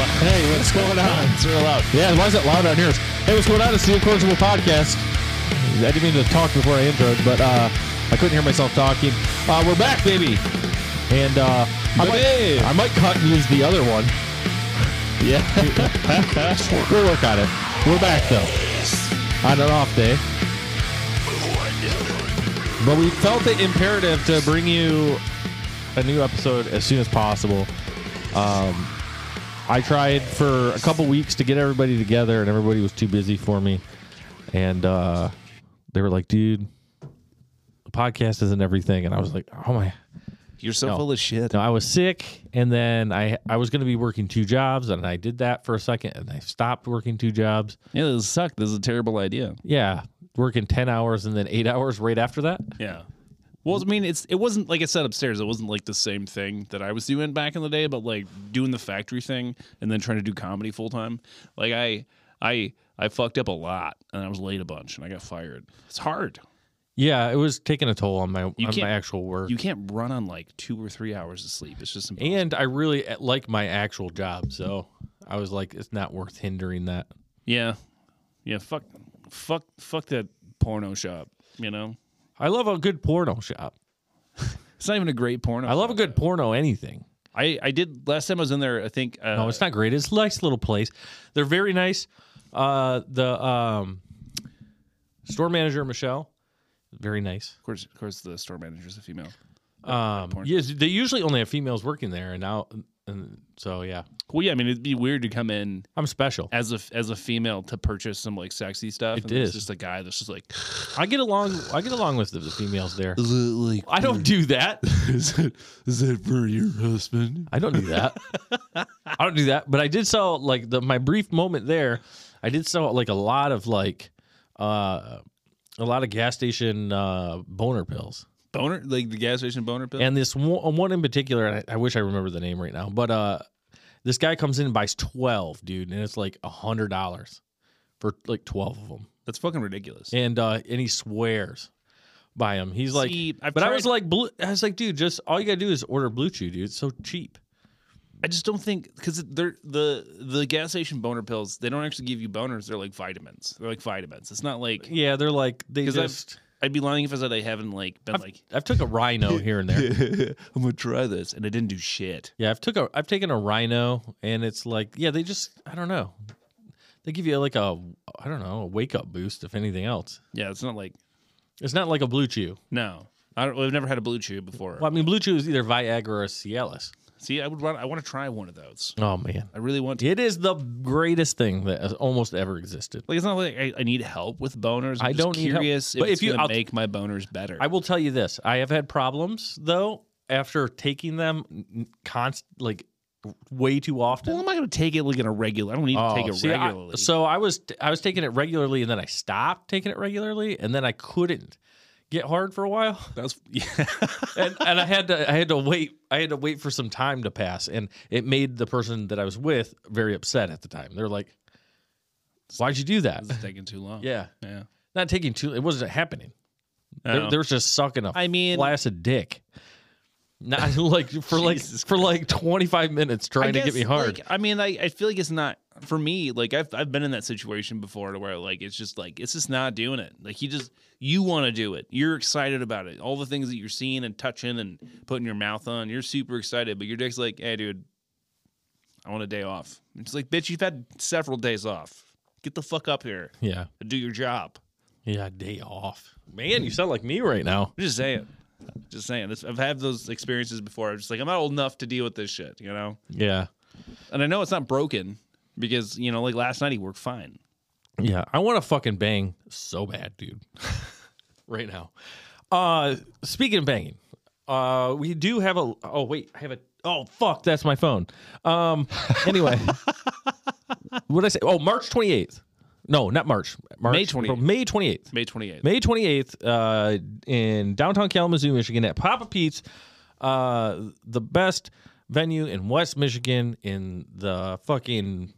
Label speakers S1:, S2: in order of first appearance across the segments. S1: What's going on? It's real loud. Yeah, why is it loud on yours? Hey, what's going on? It's the Incorrigible Podcast. I didn't mean to talk before I introed, but uh, I couldn't hear myself talking. Uh, we're back, baby. And uh, I, might, I might cut and use the other one. Yeah. we'll work on it. We're back, though, on an off day. But we felt it imperative to bring you a new episode as soon as possible. Um, I tried for a couple weeks to get everybody together, and everybody was too busy for me. And uh, they were like, "Dude, the podcast isn't everything." And I was like, "Oh my!"
S2: You're so
S1: No.
S2: full of shit.
S1: No, I was sick, and then I I was going to be working two jobs, and I did that for a second, and I stopped working two jobs.
S2: Yeah, this sucked. This is a terrible idea.
S1: Yeah, working ten hours and then eight hours right after that.
S2: Yeah. Well, I mean, it's it wasn't like I said upstairs. It wasn't like the same thing that I was doing back in the day, but like doing the factory thing and then trying to do comedy full time. Like I, I, I fucked up a lot, and I was late a bunch, and I got fired. It's hard.
S1: Yeah, it was taking a toll on my on
S2: can't-
S1: my actual work.
S2: You can't run on like two or three hours of sleep. It's just impossible.
S1: and I really uh, like my actual job, so I was like, it's not worth hindering that.
S2: yeah, yeah. Fuck, fuck, fuck that porno shop. You know,
S1: I love a good porno shop.
S2: it's not even a great porno.
S1: I love a good porno anything.
S2: I I did last time I was in there. I think uh,
S1: No, it's not great. It's a nice little place. They're very nice. Uh, the um, store manager Michelle, very nice.
S2: Of course, of course, the store manager's a female.
S1: Um,
S2: porn.
S1: yes, they usually only have females working there, and now, and so yeah,
S2: Well, yeah, I mean, it'd be weird to come in
S1: I'm special.
S2: as a as a female to purchase some like sexy stuff.
S1: It
S2: and there's
S1: is.
S2: just a guy that's just like,
S1: I get along. I get along with the, the females there.
S2: is it like
S1: I don't do that.
S2: is it is it for your husband?
S1: I don't do that. I don't do that. But I did sell like the my brief moment there. I did sell like a lot of like uh a lot of gas station uh boner pills.
S2: Boner, like the gas station boner pill.
S1: And this one, uh, one in particular, and I, I wish I remember the name right now, but uh this guy comes in and buys 12, dude, and it's like a $100 for like 12 of them.
S2: that's fucking ridiculous.
S1: And uh and he swears by him. He's like
S2: See, I've
S1: But I
S2: tried-
S1: was like blue, I was like, dude, just all you got to do is order blue chew, dude. It's so cheap.
S2: I just don't think because they're the the gas station boner pills. They don't actually give you boners. They're like vitamins. They're like vitamins. It's not like
S1: Yeah, they're like they
S2: 'Cause I've-
S1: just
S2: I'd be lying if I said I haven't like been like
S1: I've took a rhino here and there.
S2: I'm gonna try this and I didn't do shit.
S1: Yeah, I've took a I've taken a rhino and it's like yeah, they just I don't know. They give you like a I don't know, a wake up boost if anything else.
S2: Yeah, it's not like
S1: It's not like a blue chew.
S2: no. I don't, I've never had a blue chew before.
S1: Well, I mean blue chew is either Viagra or Cialis.
S2: See, I would want. I want to try one of those.
S1: Oh man.
S2: I really want to.
S1: It is the greatest thing that has almost ever existed.
S2: Like it's not like I, I need help with boners. I'm
S1: I
S2: just
S1: don't need help.
S2: curious
S1: But
S2: if it's
S1: if you-
S2: gonna
S1: I'll-
S2: make my boners better.
S1: I will tell you this. I have had problems though after taking them const like way too often.
S2: well, am I gonna take it like in a regular? I don't need to take it
S1: Oh, see, I-
S2: regularly.
S1: so I was I was taking it regularly, and then I stopped taking it regularly, and then I couldn't get hard for a while,
S2: that's yeah.
S1: and, and I had to I had to wait I had to wait for some time to pass, and it made the person that I was with very upset at the time. They're like, "Why'd you do that?"
S2: it's taking too long.
S1: Yeah,
S2: yeah.
S1: not taking too. It wasn't happening. They,
S2: Oh.
S1: they were just sucking a
S2: I mean-
S1: flaccid dick. Not like for like
S2: Jesus
S1: for like twenty five minutes trying to get
S2: guess,
S1: me hard.
S2: Like, I mean, I, I feel like it's not for me. Like I've I've been in that situation before, to where like it's just like it's just not doing it. Like you just you want to do it. You're excited about it. All the things that you're seeing and touching and putting your mouth on, you're super excited. But your dick's like, hey, dude, I want a day off. It's like, bitch, you've had several days off. Get the fuck up here
S1: yeah,
S2: and do your job.
S1: yeah, day off. Man, you sound like me right now.
S2: I'm just saying. Just saying. This- I've had those experiences before. I'm just like, I'm not old enough to deal with this shit, you know?
S1: Yeah.
S2: And I know it's not broken because, you know, like last night he worked fine.
S1: Yeah, I want to fucking bang so bad, dude. right now. Uh speaking of banging, uh we do have a Oh wait, I have a Oh fuck, that's my phone. Um anyway. what did I say? Oh, March 28th. No, not March. March
S2: May 28th.
S1: April, May 28th.
S2: May 28th.
S1: May 28th uh, in downtown Kalamazoo, Michigan at Papa Pete's, uh, the best venue in West Michigan in the fucking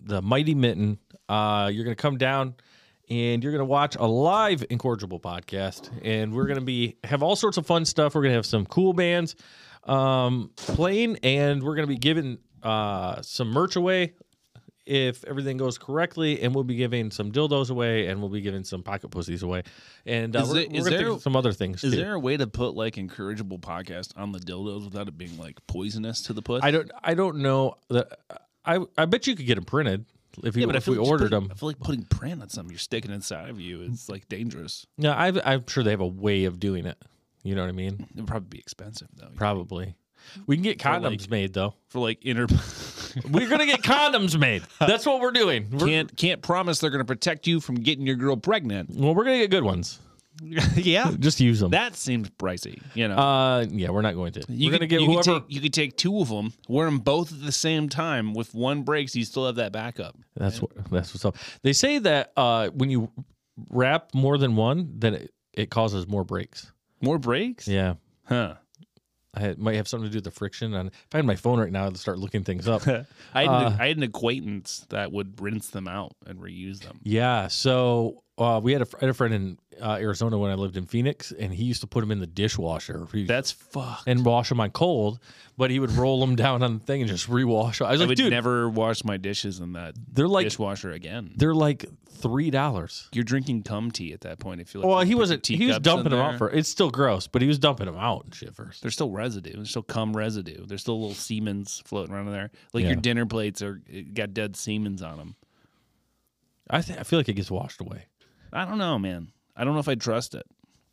S1: the mighty mitten. Uh, you're going to come down and you're going to watch a live Incorrigible podcast and we're going to be have all sorts of fun stuff. We're going to have some cool bands um, playing and we're going to be giving uh, some merch away if everything goes correctly, and we'll be giving some dildos away, and we'll be giving some pocket pussies away, and uh,
S2: Is
S1: we're,
S2: it-
S1: we're
S2: is
S1: gonna
S2: there-
S1: think of some other things
S2: Is
S1: too.
S2: there a way to put like encourageable podcast on the dildos without it being like poisonous to the puss?
S1: I don't. I don't know. that I I bet you could get them printed if you
S2: Yeah, but I
S1: if
S2: feel
S1: we
S2: like just
S1: ordered
S2: putting-
S1: them.
S2: I feel like putting print on something you're sticking inside of you. It's like dangerous.
S1: No, I've, I'm sure they have a way of doing it. You know what I mean?
S2: It'd probably be expensive though.
S1: Probably. We can get condoms
S2: like-
S1: made though.
S2: For like inner
S1: We're gonna get condoms made. That's what we're doing. We're,
S2: can't can't promise they're gonna protect you from getting your girl pregnant.
S1: well, we're gonna get good ones.
S2: yeah.
S1: Just use them.
S2: That seems pricey, you know.
S1: uh, yeah, we're not going to.
S2: you
S1: we're gonna
S2: could-
S1: get
S2: you
S1: whoever.
S2: Could take, you could take two of them, wear them both at the same time. With one break, so you still have that backup.
S1: That's what. That's what's up. They say that uh, when you wrap more than one, then it, it causes more breaks.
S2: More breaks?
S1: Yeah.
S2: Huh.
S1: I had, might have something to do with the friction. And if I had my phone right now, I'd start looking things up.
S2: I had,
S1: Uh,
S2: an, I had an acquaintance that would rinse them out and reuse them.
S1: Yeah. So uh, we had a, fr- I had a friend in uh, Arizona when I lived in Phoenix, and he used to put them in the dishwasher He-
S2: That's fuck.
S1: and wash them on cold, but he would roll them down on the thing and just rewash. 'em. I was
S2: I
S1: like,
S2: would
S1: dude,
S2: never wash my dishes in that
S1: they're like
S2: dishwasher again.
S1: they're like three dollars.
S2: You're drinking cum tea at that point. If you like,
S1: Well,
S2: you
S1: he
S2: put
S1: wasn't.
S2: the
S1: He was
S2: teacups
S1: dumping
S2: in
S1: them
S2: there.
S1: out for. It's still gross, but he was dumping them out and shit first.
S2: There's still residue. There's still cum residue. There's still little Siemens floating around in there. Like
S1: Yeah.
S2: your dinner plates are it got dead Siemens on them.
S1: I th- I feel like it gets washed away.
S2: I don't know, man. I don't know if I trust it.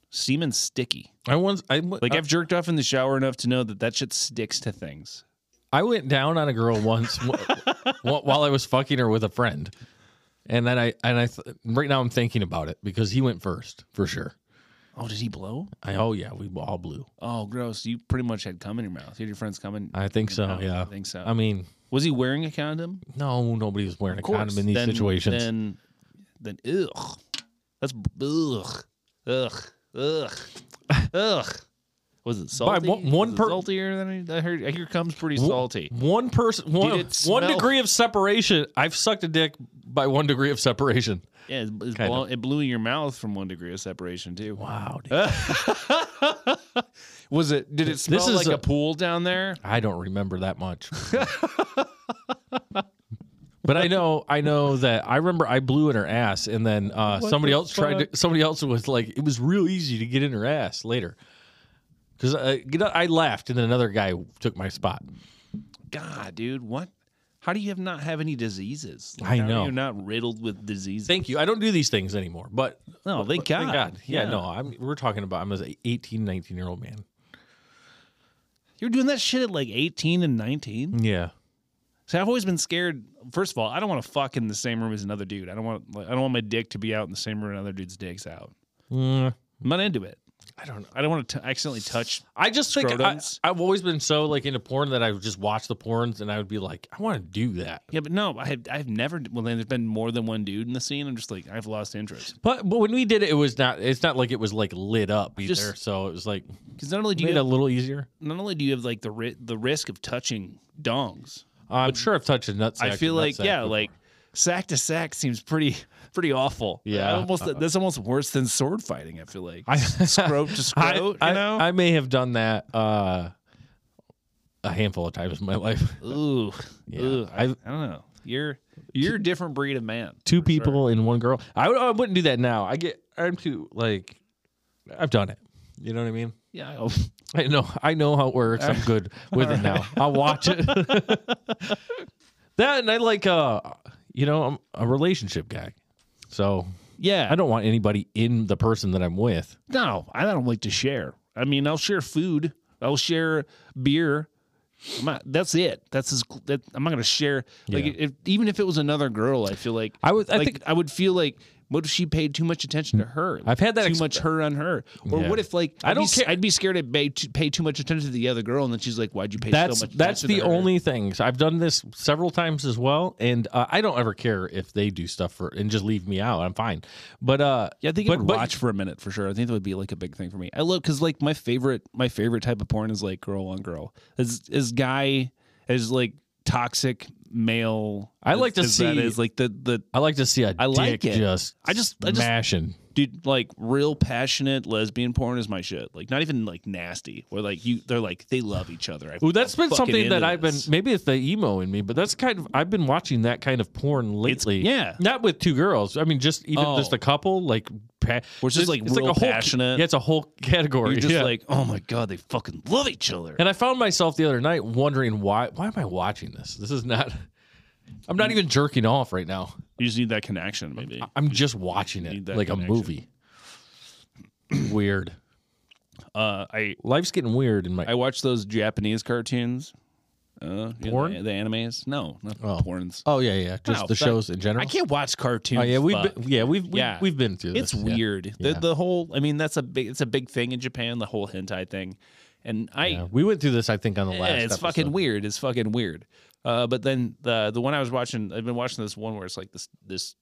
S2: Siemens sticky.
S1: I once I went-
S2: Like
S1: I,
S2: I've jerked off in the shower enough to know that that shit sticks to things.
S1: I went down on a girl once w- w- while I was fucking her with a friend, and then I and I th- right now I'm thinking about it because he went first for sure.
S2: Oh, did he blow?
S1: I oh yeah, we all blew.
S2: Oh, gross. You pretty much had cum in your mouth. You had your friends coming.
S1: I think so. yeah,
S2: I think so.
S1: I mean,
S2: was he wearing a condom?
S1: no, nobody was wearing a
S2: Of course.
S1: condom in these
S2: Then-
S1: situations.
S2: Then, then ugh, that's ugh, ugh, ugh, ugh. Was it salty?
S1: one- one
S2: Was it
S1: per-
S2: saltier than I, I heard. I hear cum's pretty
S1: Wh-
S2: salty.
S1: One person, one,
S2: it
S1: one
S2: smell?
S1: degree of separation. I've sucked a dick by one degree of separation.
S2: Yeah, it's, it's
S1: Kind
S2: blow, it blew your mouth from one degree of separation too.
S1: Wow, dude.
S2: Was it? Did it smell
S1: is
S2: like a,
S1: a-
S2: pool down there?
S1: I don't remember that much. but I know I know that I remember I blew in her ass and then uh, somebody else tried to somebody else was like it was real easy to get in her ass later. Cuz I, you know, I laughed and then another guy took my spot.
S2: God, dude, what? How do you have not have any diseases? Like,
S1: I
S2: how are
S1: know.
S2: you're not riddled with diseases.
S1: Thank you. I don't do these things anymore, but
S2: no, thank God.
S1: thank God. Yeah, no, I'm we're talking about I'm an 18, 19-year-old man.
S2: you're doing that shit at like 18 and 19.
S1: Yeah.
S2: So I've always been scared. First of all, I don't want to fuck in the same room as another dude. I don't want like, I don't want my dick to be out in the same room another dude's dick's out.
S1: Mm,
S2: I'm not into it.
S1: I don't know.
S2: I don't want to accidentally touch.
S1: I just think I,
S2: Scrotums?
S1: I've always been so like into porn that I would just watch the porns and I would be like, I want to do that.
S2: Yeah, but no, I have, I've never. Well, then there's been more than one dude in the scene. I'm just like I've lost interest
S1: But but when we did it, it was not. It's not like it was like lit up either.
S2: Just-
S1: so it was like
S2: because not only do you
S1: made it a
S2: have,
S1: little easier.
S2: not only do you have like the ri- the risk of touching dongs.
S1: I'm sure I've touched a nut.
S2: I feel like yeah, like sack to sack seems pretty pretty awful.
S1: Yeah. Uh-huh.
S2: I almost that's almost worse than sword fighting. I feel like
S1: I,
S2: scrote to
S1: I,
S2: scrote.
S1: I-
S2: you know.
S1: I may have done that uh, a handful of times in my life.
S2: Ooh,
S1: Yeah.
S2: Ooh, I, I
S1: I've-
S2: don't know. You're you're a different breed of man.
S1: Two
S2: for
S1: people
S2: sure.
S1: in one girl. I, would, I wouldn't do that now. I get. I'm too like. I've done it. You know what I mean?
S2: Yeah. I hope.
S1: I know. I know how it works. I'm good with it now. I'll watch it. that and I like uh, you know, I'm a relationship guy. So
S2: Yeah.
S1: I don't want anybody in the person that I'm with.
S2: No, I don't like to share. I mean, I'll share food. I'll share beer. I'm not, that's it. That's as, that. I'm not gonna share. Like,
S1: Yeah.
S2: if, even if it was another girl, I feel like
S1: I would. I
S2: like,
S1: think
S2: I would feel like, what if she paid too much attention to her?
S1: I've had that
S2: too
S1: exp-
S2: much her on her. Or
S1: Yeah.
S2: what if like
S1: I
S2: I'd be
S1: don't
S2: s-
S1: care-
S2: I'd be scared to pay too, pay too much attention to the other girl, and then she's like, "Why'd you pay
S1: that's
S2: so much?"
S1: that's
S2: attention
S1: the
S2: to her?"
S1: only thing. So I've done this several times as well, and uh, I don't ever care if they do stuff for and just leave me out. I'm fine. But uh,
S2: Yeah, I think
S1: But-
S2: it would
S1: but-
S2: watch for a minute for sure. I think that would be like a big thing for me. I love because like my favorite my favorite type of porn is like girl on girl. As as guy as like toxic male.
S1: I
S2: as-
S1: like to
S2: as that
S1: see-
S2: is like the the
S1: I like to see a
S2: I like
S1: dick
S2: it.
S1: just
S2: I just- I just-
S1: smashing.
S2: dude, like real passionate lesbian porn is my shit. Like not even like nasty or like you. They're like they love each other. I,
S1: Ooh, that's been
S2: I'm fucking
S1: something that
S2: into
S1: I've been.
S2: this.
S1: Maybe it's the emo in me, but that's kind of. I've been watching that kind of porn lately.
S2: yeah.
S1: not with two girls. I mean, just even
S2: Oh.
S1: just a couple. Like, pa-
S2: We're just,
S1: it's-
S2: like,
S1: it's
S2: real
S1: a whole,
S2: passionate.
S1: Yeah, it's a whole category.
S2: You're just
S1: yeah.
S2: like, oh my god, they fucking love each other.
S1: And I found myself the other night wondering why. Why am I watching this? This is not. I'm not even jerking off right now.
S2: You just need that connection, maybe.
S1: I'm just watching
S2: need
S1: it
S2: that
S1: like a
S2: connection.
S1: movie. weird.
S2: Uh, I
S1: Life's getting weird in my.
S2: I watch those Japanese cartoons. Uh, you know,
S1: Porn?
S2: the, the animes? No, not
S1: Oh.
S2: porns.
S1: oh yeah, yeah. Just
S2: No,
S1: the
S2: fuck.
S1: shows in general.
S2: I can't watch cartoons.
S1: Oh yeah, we've
S2: fuck.
S1: been, yeah we've we've,
S2: Yeah.
S1: we've been through.
S2: It's
S1: this. Yeah.
S2: weird.
S1: Yeah.
S2: The the whole. I mean, that's a big. It's a big thing in Japan. The whole hentai thing, and I.
S1: Yeah, we went through this, I think, on the last.
S2: Yeah, it's
S1: episode.
S2: fucking weird. It's fucking weird. Uh, but then the the one I was watching, I've been watching this one where it's like this this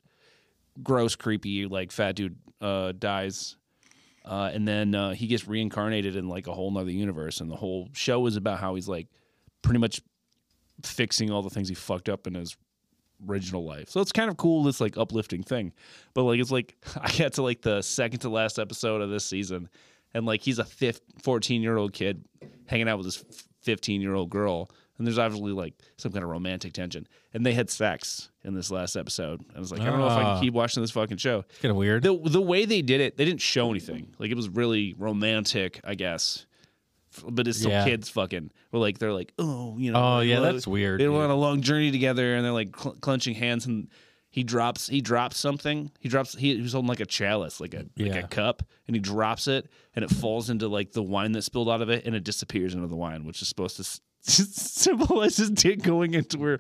S2: gross, creepy, like fat dude uh, dies, uh, and then uh, he gets reincarnated in like a whole nother universe, and the whole show is about how he's like pretty much fixing all the things he fucked up in his original life. So it's kind of cool. This like uplifting thing, but like it's like I got to like the second to last episode of this season, and like he's a fif- 14 year old kid hanging out with this 15 year old girl, and there's obviously like some kind of romantic tension, and they had sex in this last episode. And I was like, I don't know if I
S1: Ah.
S2: can keep watching this fucking show.
S1: Kind of weird.
S2: The the way they did it, they didn't show anything. Like it was really romantic, I guess. F- But it's still
S1: Yeah.
S2: kids fucking. Well, like they're like, oh, you know.
S1: Oh,
S2: they
S1: yeah,
S2: lo-
S1: that's weird,
S2: They were
S1: dude.
S2: on a long journey together, and they're like cl- clenching hands, and he drops he drops something. He drops he, he was holding like a chalice, like a like
S1: Yeah.
S2: a cup, and he drops it, and it falls into like the wine that spilled out of it, and it disappears into the wine, which is supposed to. s- Symbolize his dick going into her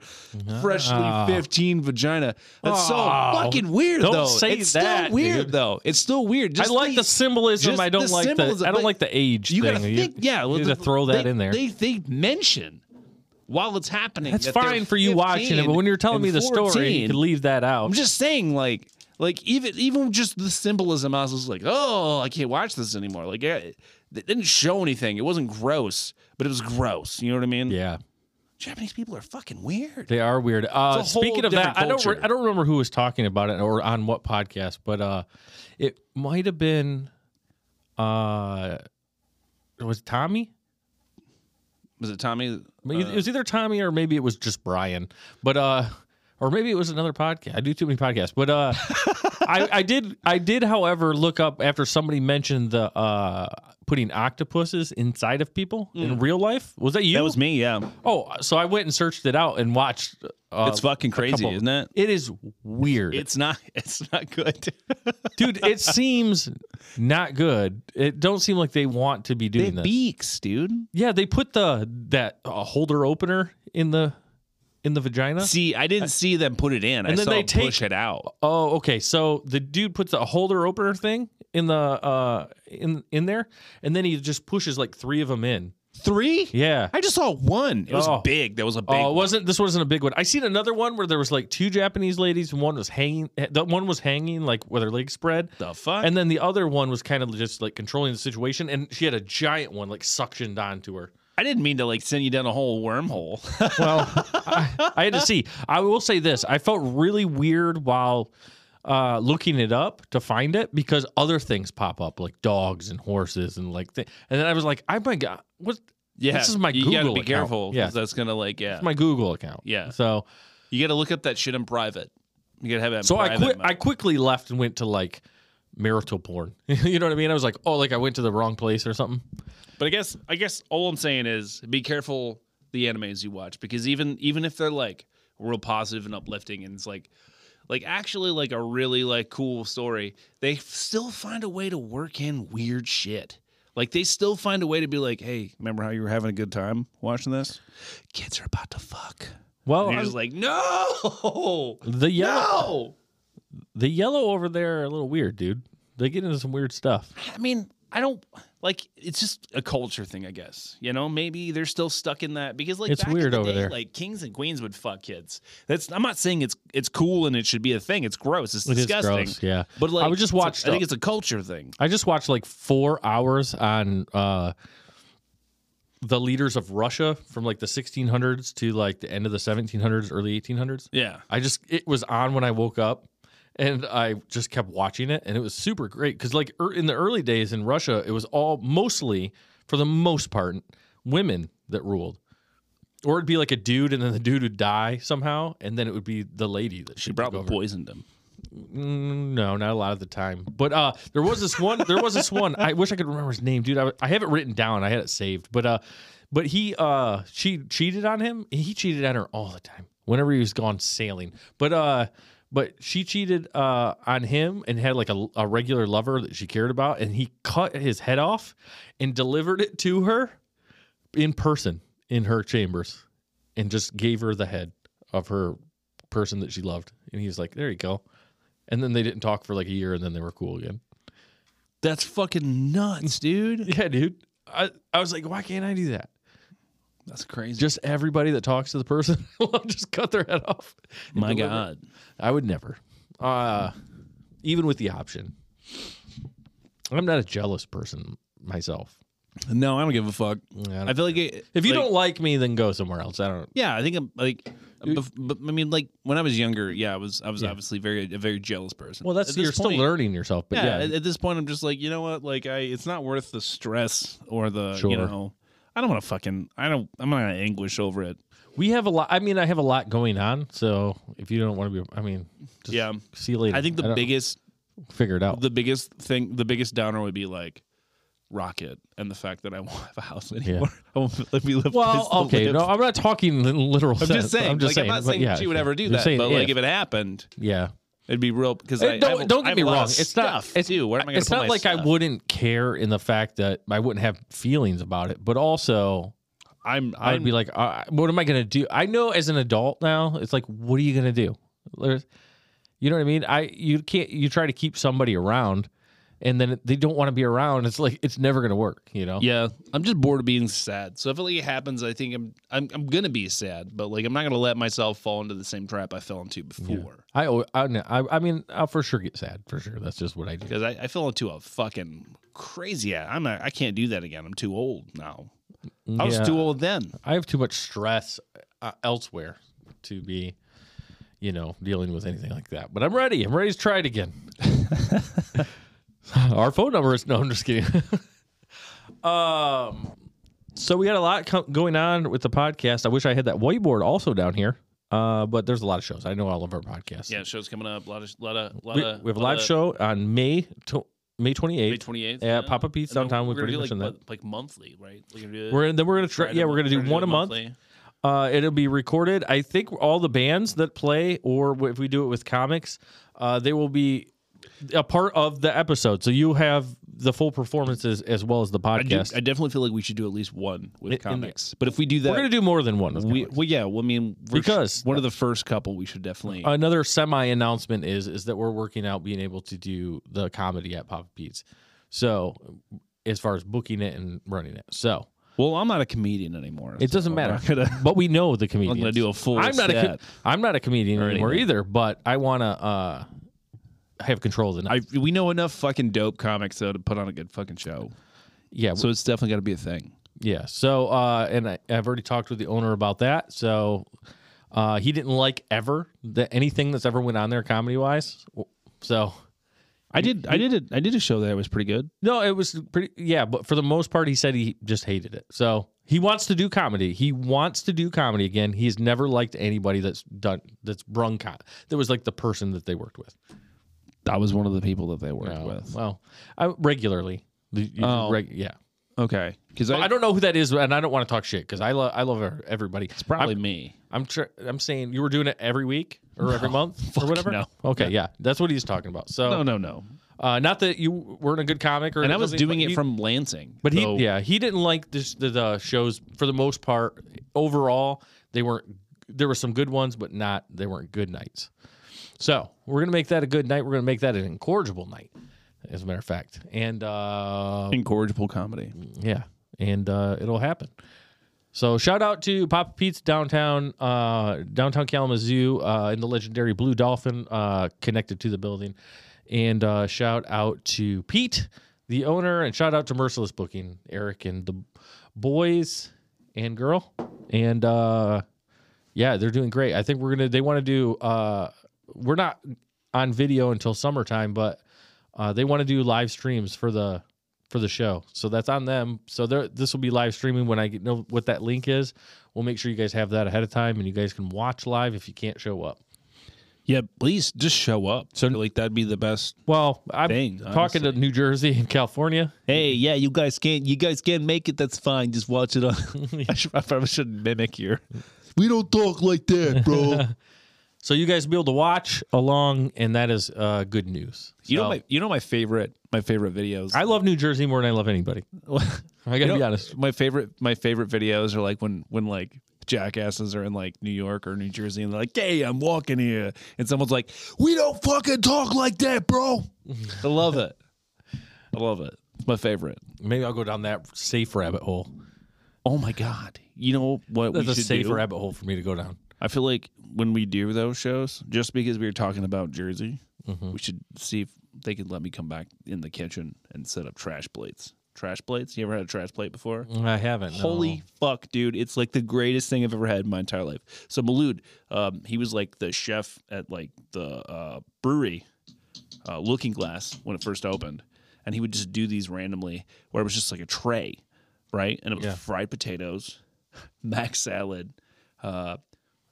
S2: freshly
S1: Ah.
S2: 15 vagina. That's
S1: Oh.
S2: so fucking weird,
S1: Don't
S2: though.
S1: say
S2: it's
S1: that,
S2: still weird,
S1: dude.
S2: though. It's still weird. Just
S1: I like the, symbolism.
S2: just
S1: I don't
S2: the
S1: like the.
S2: symbolism,
S1: I don't
S2: but
S1: like the age
S2: You gotta
S1: thing. You-
S2: think, yeah. well,
S1: you gotta
S2: the-
S1: throw that
S2: they-
S1: in there.
S2: They they mention while it's happening.
S1: That's
S2: that they're
S1: fine for you watching it, but
S2: 15
S1: when you're telling
S2: and
S1: me the story,
S2: 14,
S1: you can leave that out.
S2: I'm just saying, like, like even even just the symbolism. I was just like, oh, I can't watch this anymore. Like, yeah, it, it didn't show anything. It wasn't gross, but it was gross. You know what I mean?
S1: yeah,
S2: Japanese people are fucking weird.
S1: they are weird. Uh,
S2: It's a whole
S1: speaking of that,
S2: different
S1: I don't. Re-
S2: culture.
S1: I don't remember who was talking about it or on what podcast, but uh, it might have been. Uh, it was Tommy.
S2: Was it Tommy?
S1: I mean, it was either Tommy or maybe it was just Brian, but uh, or maybe it was another podcast. I do too many podcasts, but uh, I, I did, I did, however, look up after somebody mentioned the uh, putting octopuses inside of people in real life. Was that you?
S2: That was me. Yeah,
S1: Oh, so I went and searched it out and watched. Uh,
S2: it's fucking crazy,
S1: couple-
S2: isn't it?
S1: It is weird,
S2: It's not. It's not good.
S1: dude. It seems not good. It don't seem like they want to be doing this.
S2: beaks, dude.
S1: yeah, they put the that uh, holder opener in the in the vagina.
S2: See, I didn't see them put it in. I
S1: then
S2: saw
S1: they
S2: them
S1: take-
S2: push it out.
S1: Oh, okay. So the dude puts a holder opener thing in the uh in in there, and then he just pushes like three of them in.
S2: Three?
S1: Yeah.
S2: I just saw one. It was
S1: Oh.
S2: big. That was a big.
S1: Oh, it
S2: one.
S1: wasn't. This wasn't a big one. I seen another one where there was like two Japanese ladies, and one was hanging. That one was hanging like with her legs spread,
S2: The fuck?
S1: and then the other one was kind of just like controlling the situation. And she had a giant one like suctioned onto her.
S2: I didn't mean to like send you down a whole wormhole.
S1: Well, I, I had to see. I will say this: I felt really weird while uh, looking it up to find it because other things pop up like dogs and horses and like. Th- and then I was like, "I my god, what's
S2: yeah,
S1: This is my
S2: You
S1: Google
S2: gotta be
S1: account.
S2: careful. 'cause
S1: Yeah.
S2: that's gonna like yeah.
S1: my Google account?"
S2: Yeah.
S1: So
S2: you gotta look up that shit in private. You gotta have it. In
S1: so I
S2: private
S1: quit.
S2: mode.
S1: I quickly left and went to like marital porn. you know what I mean? I was like, "Oh, like I went to the wrong place or something."
S2: But I guess I guess all I'm saying is be careful the animes you watch because even even if they're like real positive and uplifting and it's like like actually like a really like cool story, they still find a way to work in weird shit. Like they still find a way to be like, hey, remember how you were having a good time watching this? Kids are about to fuck.
S1: Well,
S2: And you're just like, no,
S1: the yellow,
S2: no.
S1: the yellow over there are a little weird, dude. They get into some weird stuff.
S2: I mean, I don't like. It's just a culture thing, I guess. You know, maybe they're still stuck in that because like
S1: It's
S2: back in
S1: weird
S2: the
S1: over
S2: day,
S1: there.
S2: Like kings and queens would fuck kids. That's. I'm not saying it's it's cool and it should be a thing. It's gross. It's
S1: It is
S2: disgusting.
S1: gross, yeah.
S2: But like,
S1: I was just
S2: it's a-
S1: watched
S2: I think
S1: a-
S2: it's a culture thing.
S1: I just watched like four hours on uh, the leaders of Russia from like the 1600s to like the end of the 1700s, early 1800s.
S2: Yeah.
S1: I just it was on when I woke up, and I just kept watching it, and it was super great because like er, in the early days in Russia, it was all mostly for the most part women that ruled. Or it'd be like a dude, and then the dude would die somehow, and then it would be the lady that
S2: She
S1: took
S2: probably
S1: over.
S2: poisoned him.
S1: Mm, No, not a lot of the time. But uh, there was this one. There was this one. I wish I could remember his name, dude. I, I have it written down. I had it saved. But uh, but he uh, she cheated on him. He cheated on her all the time. Whenever he was gone sailing. But uh, but she cheated uh on him and had like a, a regular lover that she cared about, and he cut his head off and delivered it to her in person in her chambers, and just gave her the head of her person that she loved. And he's like, there you go. And then they didn't talk for like a year, and then they were cool again.
S2: That's fucking nuts, dude.
S1: Yeah, dude. I, I was like, why can't I do that?
S2: That's crazy.
S1: Just everybody that talks to the person, will just cut their head off. and
S2: My
S1: deliver it.
S2: God.
S1: I would never. Uh, even with the option. I'm not a jealous person myself.
S2: No, I don't give a fuck.
S1: Yeah, I
S2: I
S1: don't-
S2: feel like it,
S1: if you
S2: like-
S1: don't like me, then go somewhere else. I don't.
S2: Yeah, I think I'm like, bef- but I mean, like when I was younger, yeah, I was I was obviously very a very jealous person.
S1: Well, that's
S2: At this
S1: you're still
S2: point-
S1: learning yourself, but
S2: Yeah,
S1: yeah,
S2: At, at this point, I'm just like, you know what? Like, I it's not worth the stress or the
S1: Sure.
S2: you know. I don't want to fucking. I don't. I'm not gonna anguish over it.
S1: we have a lot. I mean, I have a lot going on. So if you don't want to be, I mean, just
S2: Yeah.
S1: see you later.
S2: I think the
S1: don't-
S2: biggest,
S1: figure it out.
S2: the biggest thing, the biggest downer would be like Rocket and the fact that I won't have a house anymore. I won't let me live.
S1: Well,
S2: place to
S1: okay.
S2: live.
S1: No, I'm not talking in literal
S2: I'm
S1: sense.
S2: just saying.
S1: I'm just
S2: like,
S1: saying.
S2: I'm not
S1: but
S2: saying
S1: yeah,
S2: she would
S1: yeah.
S2: ever do
S1: I'm
S2: that.
S1: saying
S2: but like,
S1: if.
S2: if it happened,
S1: yeah.
S2: it'd be real. Because
S1: Hey,
S2: I,
S1: don't-
S2: I have a-
S1: don't get
S2: I have
S1: me
S2: a lot of
S1: wrong, it's not-
S2: stuff,
S1: it's-
S2: too. Where am I gonna
S1: It's
S2: put
S1: not
S2: my
S1: like I
S2: stuff?
S1: wouldn't care in the fact that I wouldn't have feelings about it, but also
S2: I'm.
S1: I would
S2: I'm
S1: be like, uh, what am I going to do? I know as an adult now, it's like, what are you going to do? There's, you know what I mean? I you can't you try to keep somebody around, and then they don't want to be around. It's like it's never going to work. You know?
S2: Yeah, I'm just bored of being sad. So if it like, happens, I think I'm, I'm I'm gonna be sad, but like I'm not gonna let myself fall into the same trap I fell into before.
S1: I al- I I I mean I'll for sure get sad for sure. That's just what I do.
S2: Because I, I fell into a fucking crazy. I'm not, I can't do that again. I'm too old now. I was
S1: Yeah.
S2: too old then.
S1: I have too much stress uh, elsewhere to be, you know, dealing with anything like that. But I'm ready. I'm ready to try it again. Our phone number is no. I'm just kidding. um, so we had a lot co- going on with the podcast. I wish I had that whiteboard also down here. Uh, but there's a lot of shows. I know all of our podcasts.
S2: Yeah, show's coming up. A lot of lot of lot
S1: we,
S2: of.
S1: we have a live show on May tw- May 28th.
S2: May 28th
S1: at Papa Pete's
S2: And then
S1: downtown. We
S2: We're gonna
S1: pretty
S2: do
S1: much
S2: like,
S1: done that.
S2: mon- like monthly, right? We're gonna do.
S1: We're then we're gonna try.
S2: try to-
S1: Yeah, we're gonna do
S2: try to
S1: one a month.
S2: monthly.
S1: Uh, it'll be recorded. I think all the bands that play, or if we do it with comics, uh, they will be a part of the episode. So you have the full performances as well as the
S2: I, do,
S1: podcast.
S2: I definitely feel like we should do at least one
S1: In-
S2: with
S1: in the-
S2: comics. but if we do that,
S1: We're gonna do more than one. with
S2: we,
S1: comics.
S2: well, yeah. Well, I mean, we're sh-
S1: Because- Uh,
S2: one of the first couple, we should definitely.
S1: Another semi announcement is is that we're working out being able to do the comedy at Papa Pete's. So as far as booking it and running it, so
S2: Well, I'm not a comedian anymore.
S1: it doesn't
S2: so I'm
S1: matter.
S2: not gonna-
S1: but we know the
S2: I'm
S1: comedians.
S2: gonna do a full.
S1: I'm not a
S2: set.
S1: co- I'm not a comedian anymore
S2: anything.
S1: either, but I want to uh, have control of the night.
S2: I we know enough fucking dope comics though to put on a good fucking show.
S1: yeah,
S2: So it's definitely got to be a thing.
S1: yeah. So uh, and I, I've already talked with the owner about that. So uh, he didn't like ever that anything that's ever went on there comedy wise. So
S2: I did. I did. it. I did a show that was pretty good.
S1: no, it was pretty. Yeah, but for the most part, he said he just hated it. So he wants to do comedy. He wants to do comedy again. He's never liked anybody that's done that's brung con that was like the person that they worked with.
S2: I was one of the people that they worked
S1: Uh,
S2: with.
S1: Well, I, regularly. The- you-
S2: Oh.
S1: reg- yeah.
S2: Okay, because
S1: I don't know who that is, and I don't want to talk shit because I love I love er- everybody. It's
S2: probably me.
S1: I'm I'm, tr- I'm saying you were doing it every week or every month or whatever.
S2: no.
S1: Okay, yeah, that's what he's talking about. So
S2: No, no, no.
S1: Uh, not that you weren't a good comic or
S2: And I was
S1: something,
S2: doing
S1: but
S2: it
S1: he-
S2: from Lansing.
S1: But he
S2: so-
S1: yeah he didn't like this, the, the shows for the most part. Overall, they weren't there were some good ones, but not they weren't good nights. So we're gonna make that a good night. We're gonna make that an incorrigible night, as a matter of fact. And uh,
S2: incorrigible comedy.
S1: yeah, and uh, it'll happen. So shout out to Papa Pete's downtown, uh, downtown Kalamazoo, uh, and the legendary Blue Dolphin uh, connected to the building, and uh, shout out to Pete, the owner, and shout out to Merciless Booking, Eric and the boys and girl, and uh, yeah, they're doing great. I think we're gonna. They want to do. Uh, we're not. on video until summertime, but uh, they want to do live streams for the for the show. So that's on them. So there, this will be live streaming when I get know what that link is. We'll make sure you guys have that ahead of time, and you guys can watch live if you can't show up.
S2: Yeah, please just show up. So like that'd be the best
S1: Well, I'm
S2: thing.
S1: talking to New Jersey and California.
S2: Hey, yeah, you guys can't. You guys can't make it. That's fine. Just watch it on. I, should, I probably should mimic your. We don't talk like that, bro.
S1: So you guys will be able to watch along, and that is uh, good news.
S2: you know
S1: So,
S2: my. You know my favorite. My favorite videos.
S1: I love New Jersey more than I love anybody. I gotta
S2: You know,
S1: be honest.
S2: My favorite. My favorite videos are like when when like jackasses are in like New York or New Jersey and they're like, "Hey, I'm walking here," and someone's like, "We don't fucking talk like that, bro." I love it. I love it. It's my favorite.
S1: Maybe I'll go down that safe rabbit hole.
S2: Oh my god. You know what
S1: That's
S2: we
S1: a
S2: should
S1: safe
S2: do?
S1: rabbit hole for me to go down.
S2: I feel like when we do those shows, just because we were talking about Jersey,
S1: Mm-hmm.
S2: we should see if they could let me come back in the kitchen and set up trash plates. Trash plates? You ever had a trash plate before?
S1: I haven't. no.
S2: Holy fuck, dude. It's like the greatest thing I've ever had in my entire life. So Malud, um, he was like the chef at like the uh, brewery uh, Looking Glass when it first opened. And he would just do these randomly where it was just like a tray, right? And it was
S1: Yeah.
S2: fried potatoes, mac salad, uh,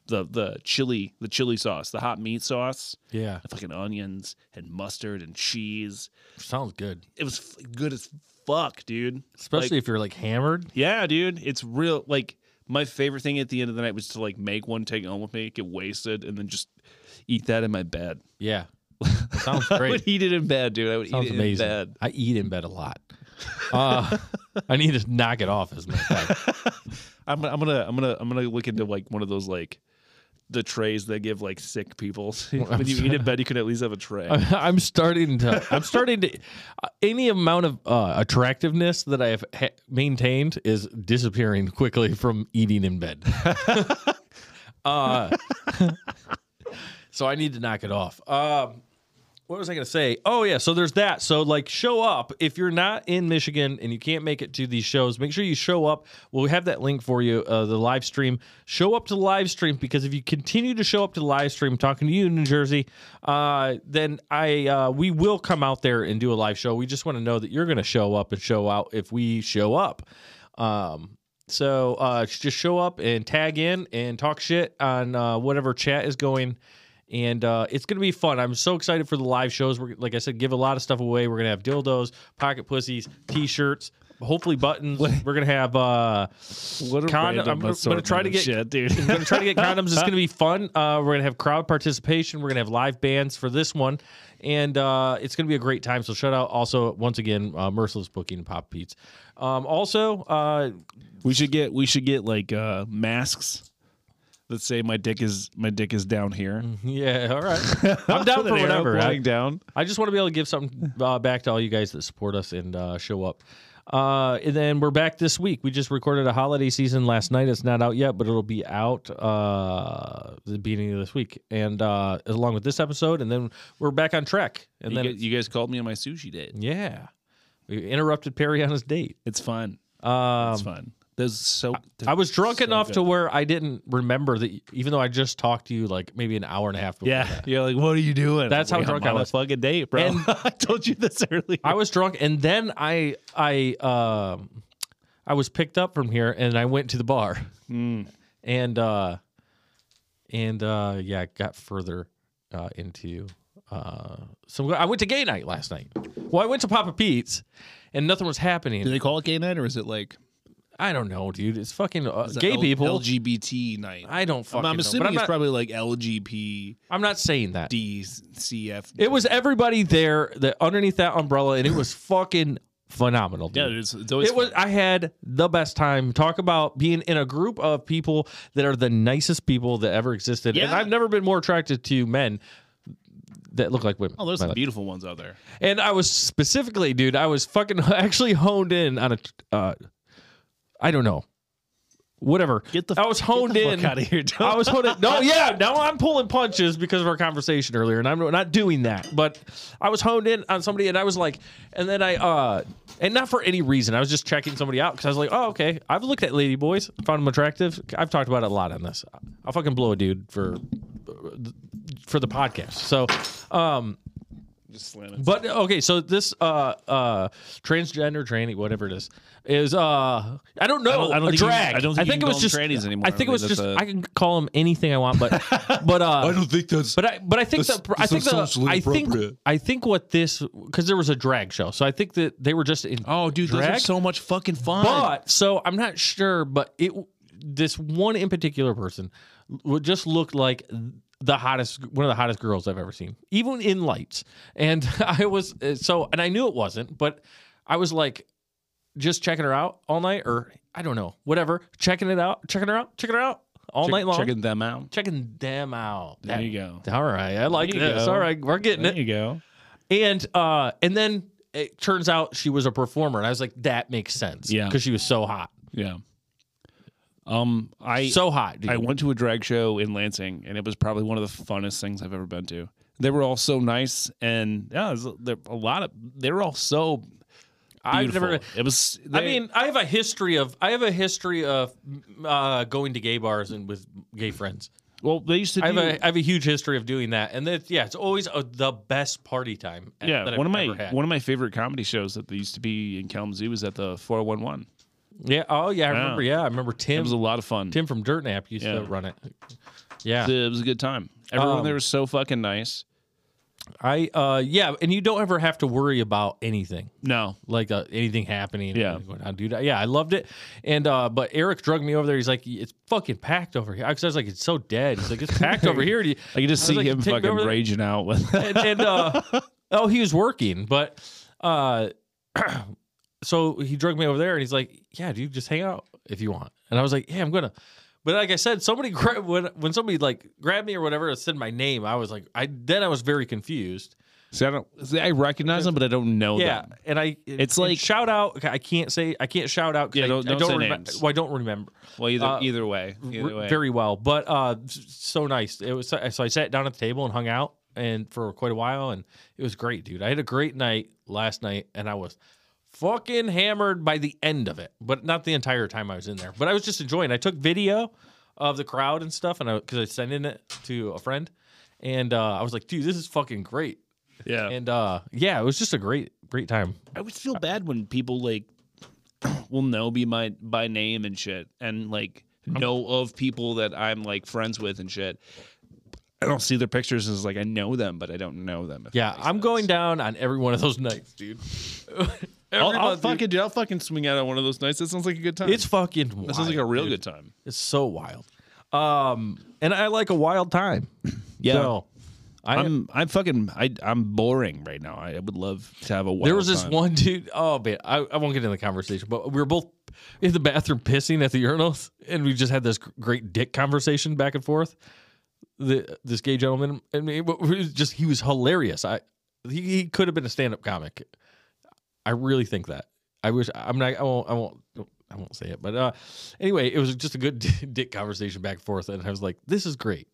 S2: the the chili, the chili sauce, the hot meat sauce,
S1: Yeah,
S2: fucking onions and mustard and cheese.
S1: sounds good.
S2: It was f- good as fuck, dude.
S1: Especially
S2: Like-
S1: if you're like hammered.
S2: yeah, dude. It's real. Like my favorite thing at the end of the night was to like make one, take it home with me, get wasted, and then just eat that in my bed.
S1: Yeah, That sounds
S2: I would
S1: great.
S2: eat it in bed, dude. I would
S1: sounds
S2: eat it
S1: amazing.
S2: in bed.
S1: I eat in bed a lot. Uh, I need to knock it off as a matter of fact.
S2: I'm, gonna- I'm gonna, I'm gonna, I'm gonna look into like one of those like the trays they give like sick people. when you eat in bed, you can at least have a tray.
S1: I'm starting to. I'm starting to. uh, Any amount of uh, attractiveness that I have ha- maintained is disappearing quickly from eating in bed. uh, so I need to knock it off. Um, what was I going to say? Oh yeah, so there's that. So like, show up if you're not in Michigan and you can't make it to these shows. Make sure you show up. We'll have that link for you. Uh, the live stream. Show up to the live stream because if you continue to show up to the live stream, talking to you in New Jersey, uh, then I uh, we will come out there and do a live show. We just want to know that you're going to show up and show out if we show up. Um, so uh, just show up and tag in and talk shit on uh, whatever chat is going and uh, it's going to be fun. I'm so excited for the live shows. We're like I said, give a lot of stuff away. We're going to have dildos, pocket pussies, t-shirts, hopefully buttons. We're going to have. Uh,
S2: What a
S1: Con-
S2: random
S1: I'm gonna-
S2: assortment
S1: try to
S2: of
S1: get-
S2: shit, dude.
S1: we're going to try to get condoms. It's going to be fun. Uh, we're going to have crowd participation. We're going to have live bands for this one, and uh, it's going to be a great time. So shout out also once again, uh, merciless booking and pop pete's. Um, also, uh,
S2: we should get, we should get like uh, masks that say my dick is, my dick is down here.
S1: Mm-hmm. yeah, all right, I'm down
S2: With
S1: for
S2: an arrow
S1: whatever. I-
S2: pointing down.
S1: I just want to be able to give something uh, back to all you guys that support us and uh, show up. Uh, and then we're back this week. We just recorded a holiday season last night. It's not out yet, but it'll be out uh, the beginning of this week, and uh, along with this episode. And then we're back on track. And
S2: You
S1: then,
S2: guys- you guys called me on my sushi date.
S1: yeah, we interrupted Perry on his date.
S2: It's fun.
S1: Um,
S2: It's fun. There's so
S1: I was drunk
S2: so
S1: enough
S2: good.
S1: to where I didn't remember that, even though I just talked to you like maybe an hour and a half. Before
S2: Yeah,
S1: that.
S2: you're like, what are you doing?
S1: That's how
S2: Like,
S1: drunk
S2: I'm
S1: I
S2: on
S1: was.
S2: A fucking date, bro.
S1: And-
S2: I told you this earlier.
S1: I was drunk, and then I I um I was picked up from here, and I went to the bar,
S2: Hmm.
S1: and uh and uh yeah, got further uh into uh some. I went to gay night last night. Well, I went to Papa Pete's, and nothing was happening.
S2: they call it gay night or is it like
S1: I don't know, dude. It's fucking uh, gay people.
S2: LGBT night?
S1: I don't fucking.
S2: I'm, I'm
S1: know,
S2: assuming
S1: but I'm
S2: it's
S1: not,
S2: probably like LGBTCF.
S1: I'm not saying that. It was everybody there that underneath that umbrella, and it was fucking phenomenal. Dude.
S2: it's, it's always
S1: it was.
S2: fun.
S1: I had the best time. Talk about being in a group of people that are the nicest people that ever existed, and
S2: Yeah.
S1: I've never been more attracted to men that look like women.
S2: Oh, there's
S1: My
S2: some
S1: life.
S2: beautiful ones out there.
S1: and I was specifically, dude, I was fucking actually honed in on a. Uh, I don't know. Whatever.
S2: Get the
S1: I was honed in.
S2: out of here.
S1: I was holding. No, yeah. Now I'm pulling punches because of our conversation earlier, and I'm not doing that. But I was honed in on somebody, and I was like, and then I, uh and not for any reason. I was just checking somebody out because I was like, oh, okay. I've looked at lady boys, found them attractive. I've talked about it a lot on this. I'll fucking blow a dude for uh, for the podcast. So, um,
S2: Just slam it.
S1: but okay, so this uh uh transgender tranny, whatever it is, is uh I don't know
S2: I don't- I don't
S1: a
S2: think you-
S1: drag.
S2: I don't think you
S1: it
S2: can
S1: was
S2: call
S1: just
S2: them trannies anymore.
S1: I think it
S2: I
S1: was
S2: think
S1: just
S2: that's
S1: I
S2: a-
S1: can call them anything I want, but but uh
S3: I don't think that's.
S1: but I but I think
S3: That's-
S1: the I
S3: that's
S1: think the
S3: socially
S1: I think
S3: appropriate.
S1: I think what this because there was a drag show, so I think that they were just in.
S2: oh, dude, those
S1: drag?
S2: are so much fucking fun.
S1: but so I'm not sure, but it this one in particular person would just looked like the hottest one of the hottest girls I've ever seen, even in lights. And I was uh, so, and I knew it wasn't, but I was like just checking her out all night, or I don't know, whatever, checking it out, checking her out, checking her out all
S2: Check-
S1: night long, checking,
S2: checking them out.
S1: them out.
S2: There
S1: That-
S2: you go.
S1: all right, I like
S2: There you
S1: this.
S2: go.
S1: All right, we're getting
S2: There
S1: it.
S2: you go.
S1: And uh, and then it turns out she was a performer, and I was like, that makes sense,
S2: Yeah.
S1: because she was so hot,
S2: Yeah. Um, I
S1: so hot. dude.
S2: I went to a drag show in Lansing, and it was probably one of the funnest things I've ever been to. They were all so nice, and yeah, there's a there- a lot of they were all so.
S1: I've
S2: beautiful.
S1: never.
S2: It was.
S1: I
S2: they-
S1: mean, I have a history of I have a history of uh, going to gay bars and with gay friends.
S2: well, they used to. Do,
S1: I have a I have a huge history of doing that, and that yeah, it's always uh the best party time. at-
S2: yeah,
S1: that
S2: one of
S1: I've
S2: my
S1: ever had.
S2: one of my favorite comedy shows that they used to be in Kalamazoo was at the four oh one one.
S1: yeah. Oh yeah, I remember. Yeah, I remember
S2: It
S1: Tim.
S2: was a lot of fun.
S1: Tim from Dirt Nap used
S2: Yeah.
S1: to run it. Yeah,
S2: It was a good time. Everyone
S1: Um,
S2: there was so fucking nice.
S1: I uh yeah, and you don't ever have to worry about anything.
S2: No,
S1: like uh, anything happening.
S2: Yeah.
S1: Like, I do that. Yeah, I loved it. And uh, but Eric drug me over there. He's like, it's fucking packed over here. Because I was like, it's so dead. He's like, it's packed over here. Do you-
S2: I could just
S1: I was
S2: see
S1: like,
S2: him
S1: "Take me
S2: fucking
S1: over there."
S2: raging out with.
S1: And, and uh, oh, he was working, but uh, so he drug me over there, and he's like, yeah, dude, just hang out if you want. And I was like, yeah, I'm gonna. But like I said, somebody gra- when when somebody like grabbed me or whatever and said my name, I was like, I then I was very confused.
S2: see, I don't. See, I recognize them, but I don't know
S1: Yeah,
S2: them.
S1: and I
S2: It's
S1: and
S2: like-
S1: shout out. okay, I can't say I can't shout out. 'cause
S2: Yeah,
S1: I-
S2: don't-
S1: I
S2: don't say
S1: remem-
S2: names.
S1: Well, I don't remember.
S2: Well, either
S1: Uh,
S2: either way, either
S1: r-
S2: way.
S1: very well. But uh, s- so nice. It was so so I sat down at the table and hung out and for quite a while, and it was great, dude. I had a great night last night, and I was fucking hammered by the end of it, but not the entire time I was in there. But I was just enjoying. I took video of the crowd and stuff, and I because I sent in it to a friend, and uh, I was like, dude, this is fucking great.
S2: yeah.
S1: And uh, yeah, it was just a great, great time.
S2: I always feel bad when people like will know me my by name and shit, and like know of people that I'm like friends with and shit. I don't see their pictures as like I know them, but I don't know them. if
S1: Yeah,
S2: that makes
S1: I'm
S2: sense.
S1: going down on every one of those nights, dude. Every
S2: I'll, I'll
S1: month, dude.
S2: fucking dude, I'll fucking swing out on one of those nights. That sounds like a good time.
S1: It's fucking. Wild,
S2: that sounds like a real
S1: dude.
S2: good time.
S1: It's so wild. Um, and I like a wild time.
S2: Yeah.
S1: So, I am.
S2: I'm I'm fucking I I'm boring right now. I, I would love to have a. Wild
S1: There was this
S2: time.
S1: one dude. Oh man, I, I won't get into the conversation, but we were both in the bathroom pissing at the urinals, and we just had this great dick conversation back and forth. The this gay gentleman and me, but we was just he was hilarious. I he, he could have been a stand up comic. I really think that. I wish I'm not. I won't. I won't. I won't say it. But uh, anyway, it was just a good dick conversation back and forth, and I was like, this is great.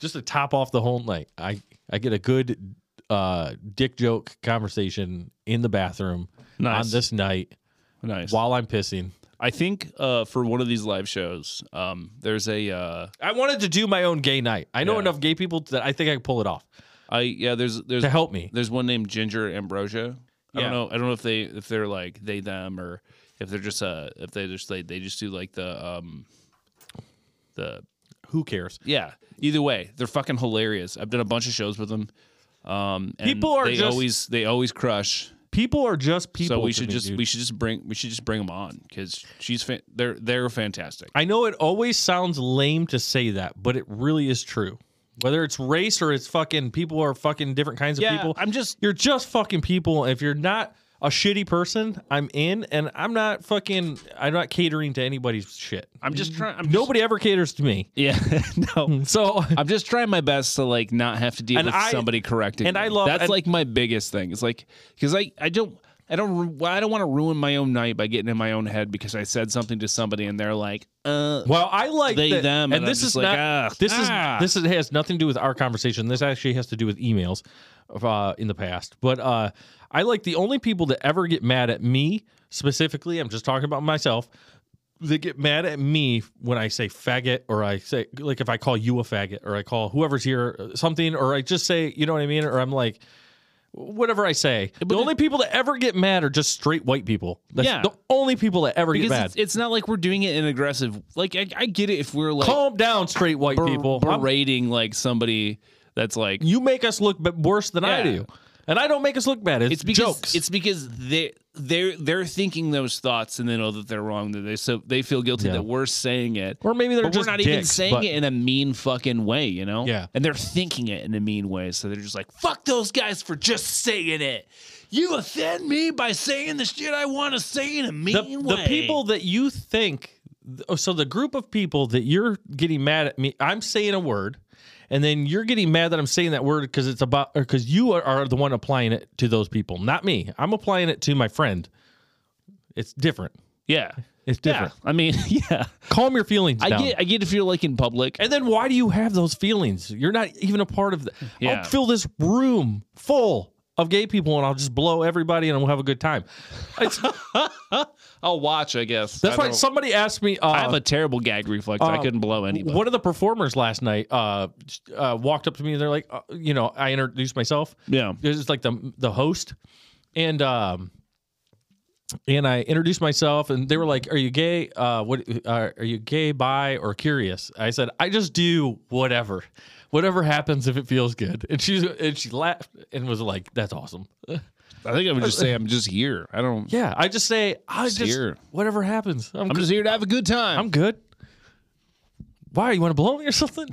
S1: Just to top off the whole night, I I get a good uh dick joke conversation in the bathroom
S2: Nice.
S1: on this night
S2: nice.
S1: while I'm pissing.
S2: I think uh, for one of these live shows, um, there's a uh,
S1: I wanted to do my own gay night. I know
S2: Yeah.
S1: enough gay people that I think I can pull it off
S2: I yeah there's there's
S1: to help me.
S2: There's one named Ginger Ambrosia. I
S1: Yeah.
S2: don't know. I don't know if they if they're like they them or if they're just uh if they just like they just do like the um the
S1: Who cares?
S2: yeah. Either way, they're fucking hilarious. I've done a bunch of shows with them. Um, and
S1: People are
S2: they
S1: just-
S2: always they always crush.
S1: People are just people.
S2: so we
S1: to
S2: should
S1: me,
S2: just
S1: dude.
S2: we should just bring we should just bring them on because she's fan- they're they're fantastic.
S1: I know it always sounds lame to say that, but it really is true. Whether it's race or it's fucking people are fucking different kinds of people.
S2: I'm just
S1: You're just fucking people. If you're not a shitty person, I'm in, and I'm not fucking. I'm not catering to anybody's shit.
S2: I'm just trying. I'm
S1: Nobody ever caters to me.
S2: Just, yeah. no.
S1: So
S2: I'm just trying my best to like not have to deal
S1: And
S2: with
S1: I-
S2: somebody correcting.
S1: and
S2: me.
S1: I love-
S2: that's
S1: and-
S2: like my biggest thing. It's like because I I don't I don't ru- well, I don't want to ruin my own night by getting in my own head because I said something to somebody and they're like, uh,
S1: Well, I like
S2: They,
S1: that-
S2: them,
S1: and,
S2: and I'm
S1: this
S2: just
S1: is
S2: like,
S1: not.
S2: ah,
S1: this
S2: ah.
S1: is this is, has nothing to do with our conversation. This actually has to do with emails uh, in the past. But uh, I like the only people that ever get mad at me specifically. I'm just talking about myself. they get mad at me when I say faggot or I say like if I call you a faggot or I call whoever's here uh, something or I just say you know what I mean or I'm like whatever I say. the only people that ever get mad are just straight white people. That's
S2: Yeah.
S1: the only people that ever get
S2: Because
S1: mad.
S2: it's, it's not like we're doing it in aggressive. Like I, I get it if we're like
S1: Calm down, straight white
S2: ber-
S1: people. I'm-
S2: berating like somebody that's like
S1: you make us look b- worse than I
S2: Yeah.
S1: do, and I don't make us look bad. It's,
S2: it's because
S1: jokes.
S2: it's because they they're they're thinking those thoughts and they know that they're wrong. That they so they feel guilty
S1: Yeah.
S2: that we're saying it.
S1: or maybe they're
S2: But we're
S1: just
S2: not
S1: dicks,
S2: even saying
S1: but-
S2: it in a mean fucking way, you know?
S1: Yeah.
S2: And they're thinking it in a mean way. So they're just like, fuck those guys for just saying it. You offend me by saying the shit I want to say in a mean
S1: the,
S2: way.
S1: the people that you think oh, so the group of people that you're getting mad at me i'm saying a word and then you're getting mad that i'm saying that word because it's about because you are, are the one applying it to those people not me i'm applying it to my friend it's different
S2: Yeah.
S1: it's
S2: Yeah.
S1: different
S2: I mean, yeah.
S1: calm your feelings
S2: I
S1: down.
S2: get I get to feel like in public.
S1: and then why do you have those feelings you're not even a part of the
S2: Yeah.
S1: i'll fill this room full of gay people and i'll just blow everybody and we'll have a good time It's-
S2: I'll watch, I guess.
S1: that's
S2: I
S1: why
S2: don't-
S1: somebody asked me uh,
S2: I have a terrible gag reflex. I
S1: uh,
S2: couldn't blow anybody.
S1: One of the performers last night uh, uh, walked up to me and they're like, uh, you know, I introduced myself.
S2: Yeah.
S1: This is like the the host, and um, and I introduced myself, and they were like, "Are you gay? Uh, what uh, are you gay, bi, or curious?" I said, "I just do whatever, whatever happens if it feels good." And she and she laughed and was like, "That's awesome."
S2: I think I would just say I'm just here. I don't.
S1: Yeah, I just say, "I just
S2: here.
S1: whatever happens, I'm,
S2: I'm
S1: good.
S2: just here to have a good time.
S1: I'm good." Why you want to blow me or something?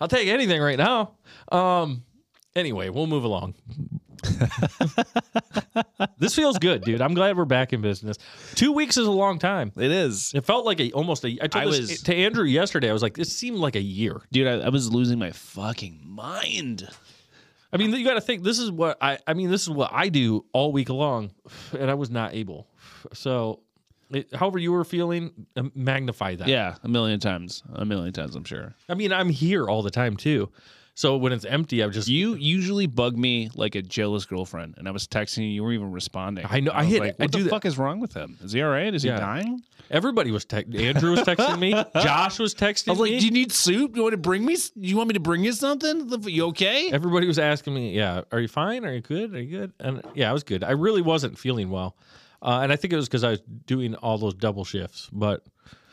S1: I'll take anything right now. Um, anyway, we'll move along. this feels good, dude. I'm glad we're back in business. Two weeks is a long time.
S2: it is,
S1: It felt like a almost a. I told
S2: I
S1: this
S2: was-
S1: to Andrew yesterday. I was like, this seemed like a year.
S2: dude. I, I was losing my fucking mind.
S1: I mean, you got to think. This is what I. I mean, this is what I do all week long, and I was not able. So, it, however you were feeling, um, magnify that.
S2: Yeah, a million times, a million times. I'm sure.
S1: I mean, I'm here all the time too. So when it's empty, I'm just
S2: You usually bug me like a jealous girlfriend, and I was texting you. You weren't even responding.
S1: I know, I
S2: was
S1: hit
S2: Like,
S1: it. I
S2: what
S1: do
S2: the
S1: that.
S2: fuck is wrong with him? Is he all right? Is
S1: Yeah.
S2: he dying?
S1: Everybody was texting. Andrew was texting me. Josh was texting
S2: I was like,
S1: me.
S2: "Do you need soup? You want to bring me? s- You want me to bring you something? The f- You okay?"
S1: Everybody was asking me, "Yeah, are you fine? Are you good? Are you good?" And yeah, I was good. I really wasn't feeling well, uh, and I think it was because I was doing all those double shifts. But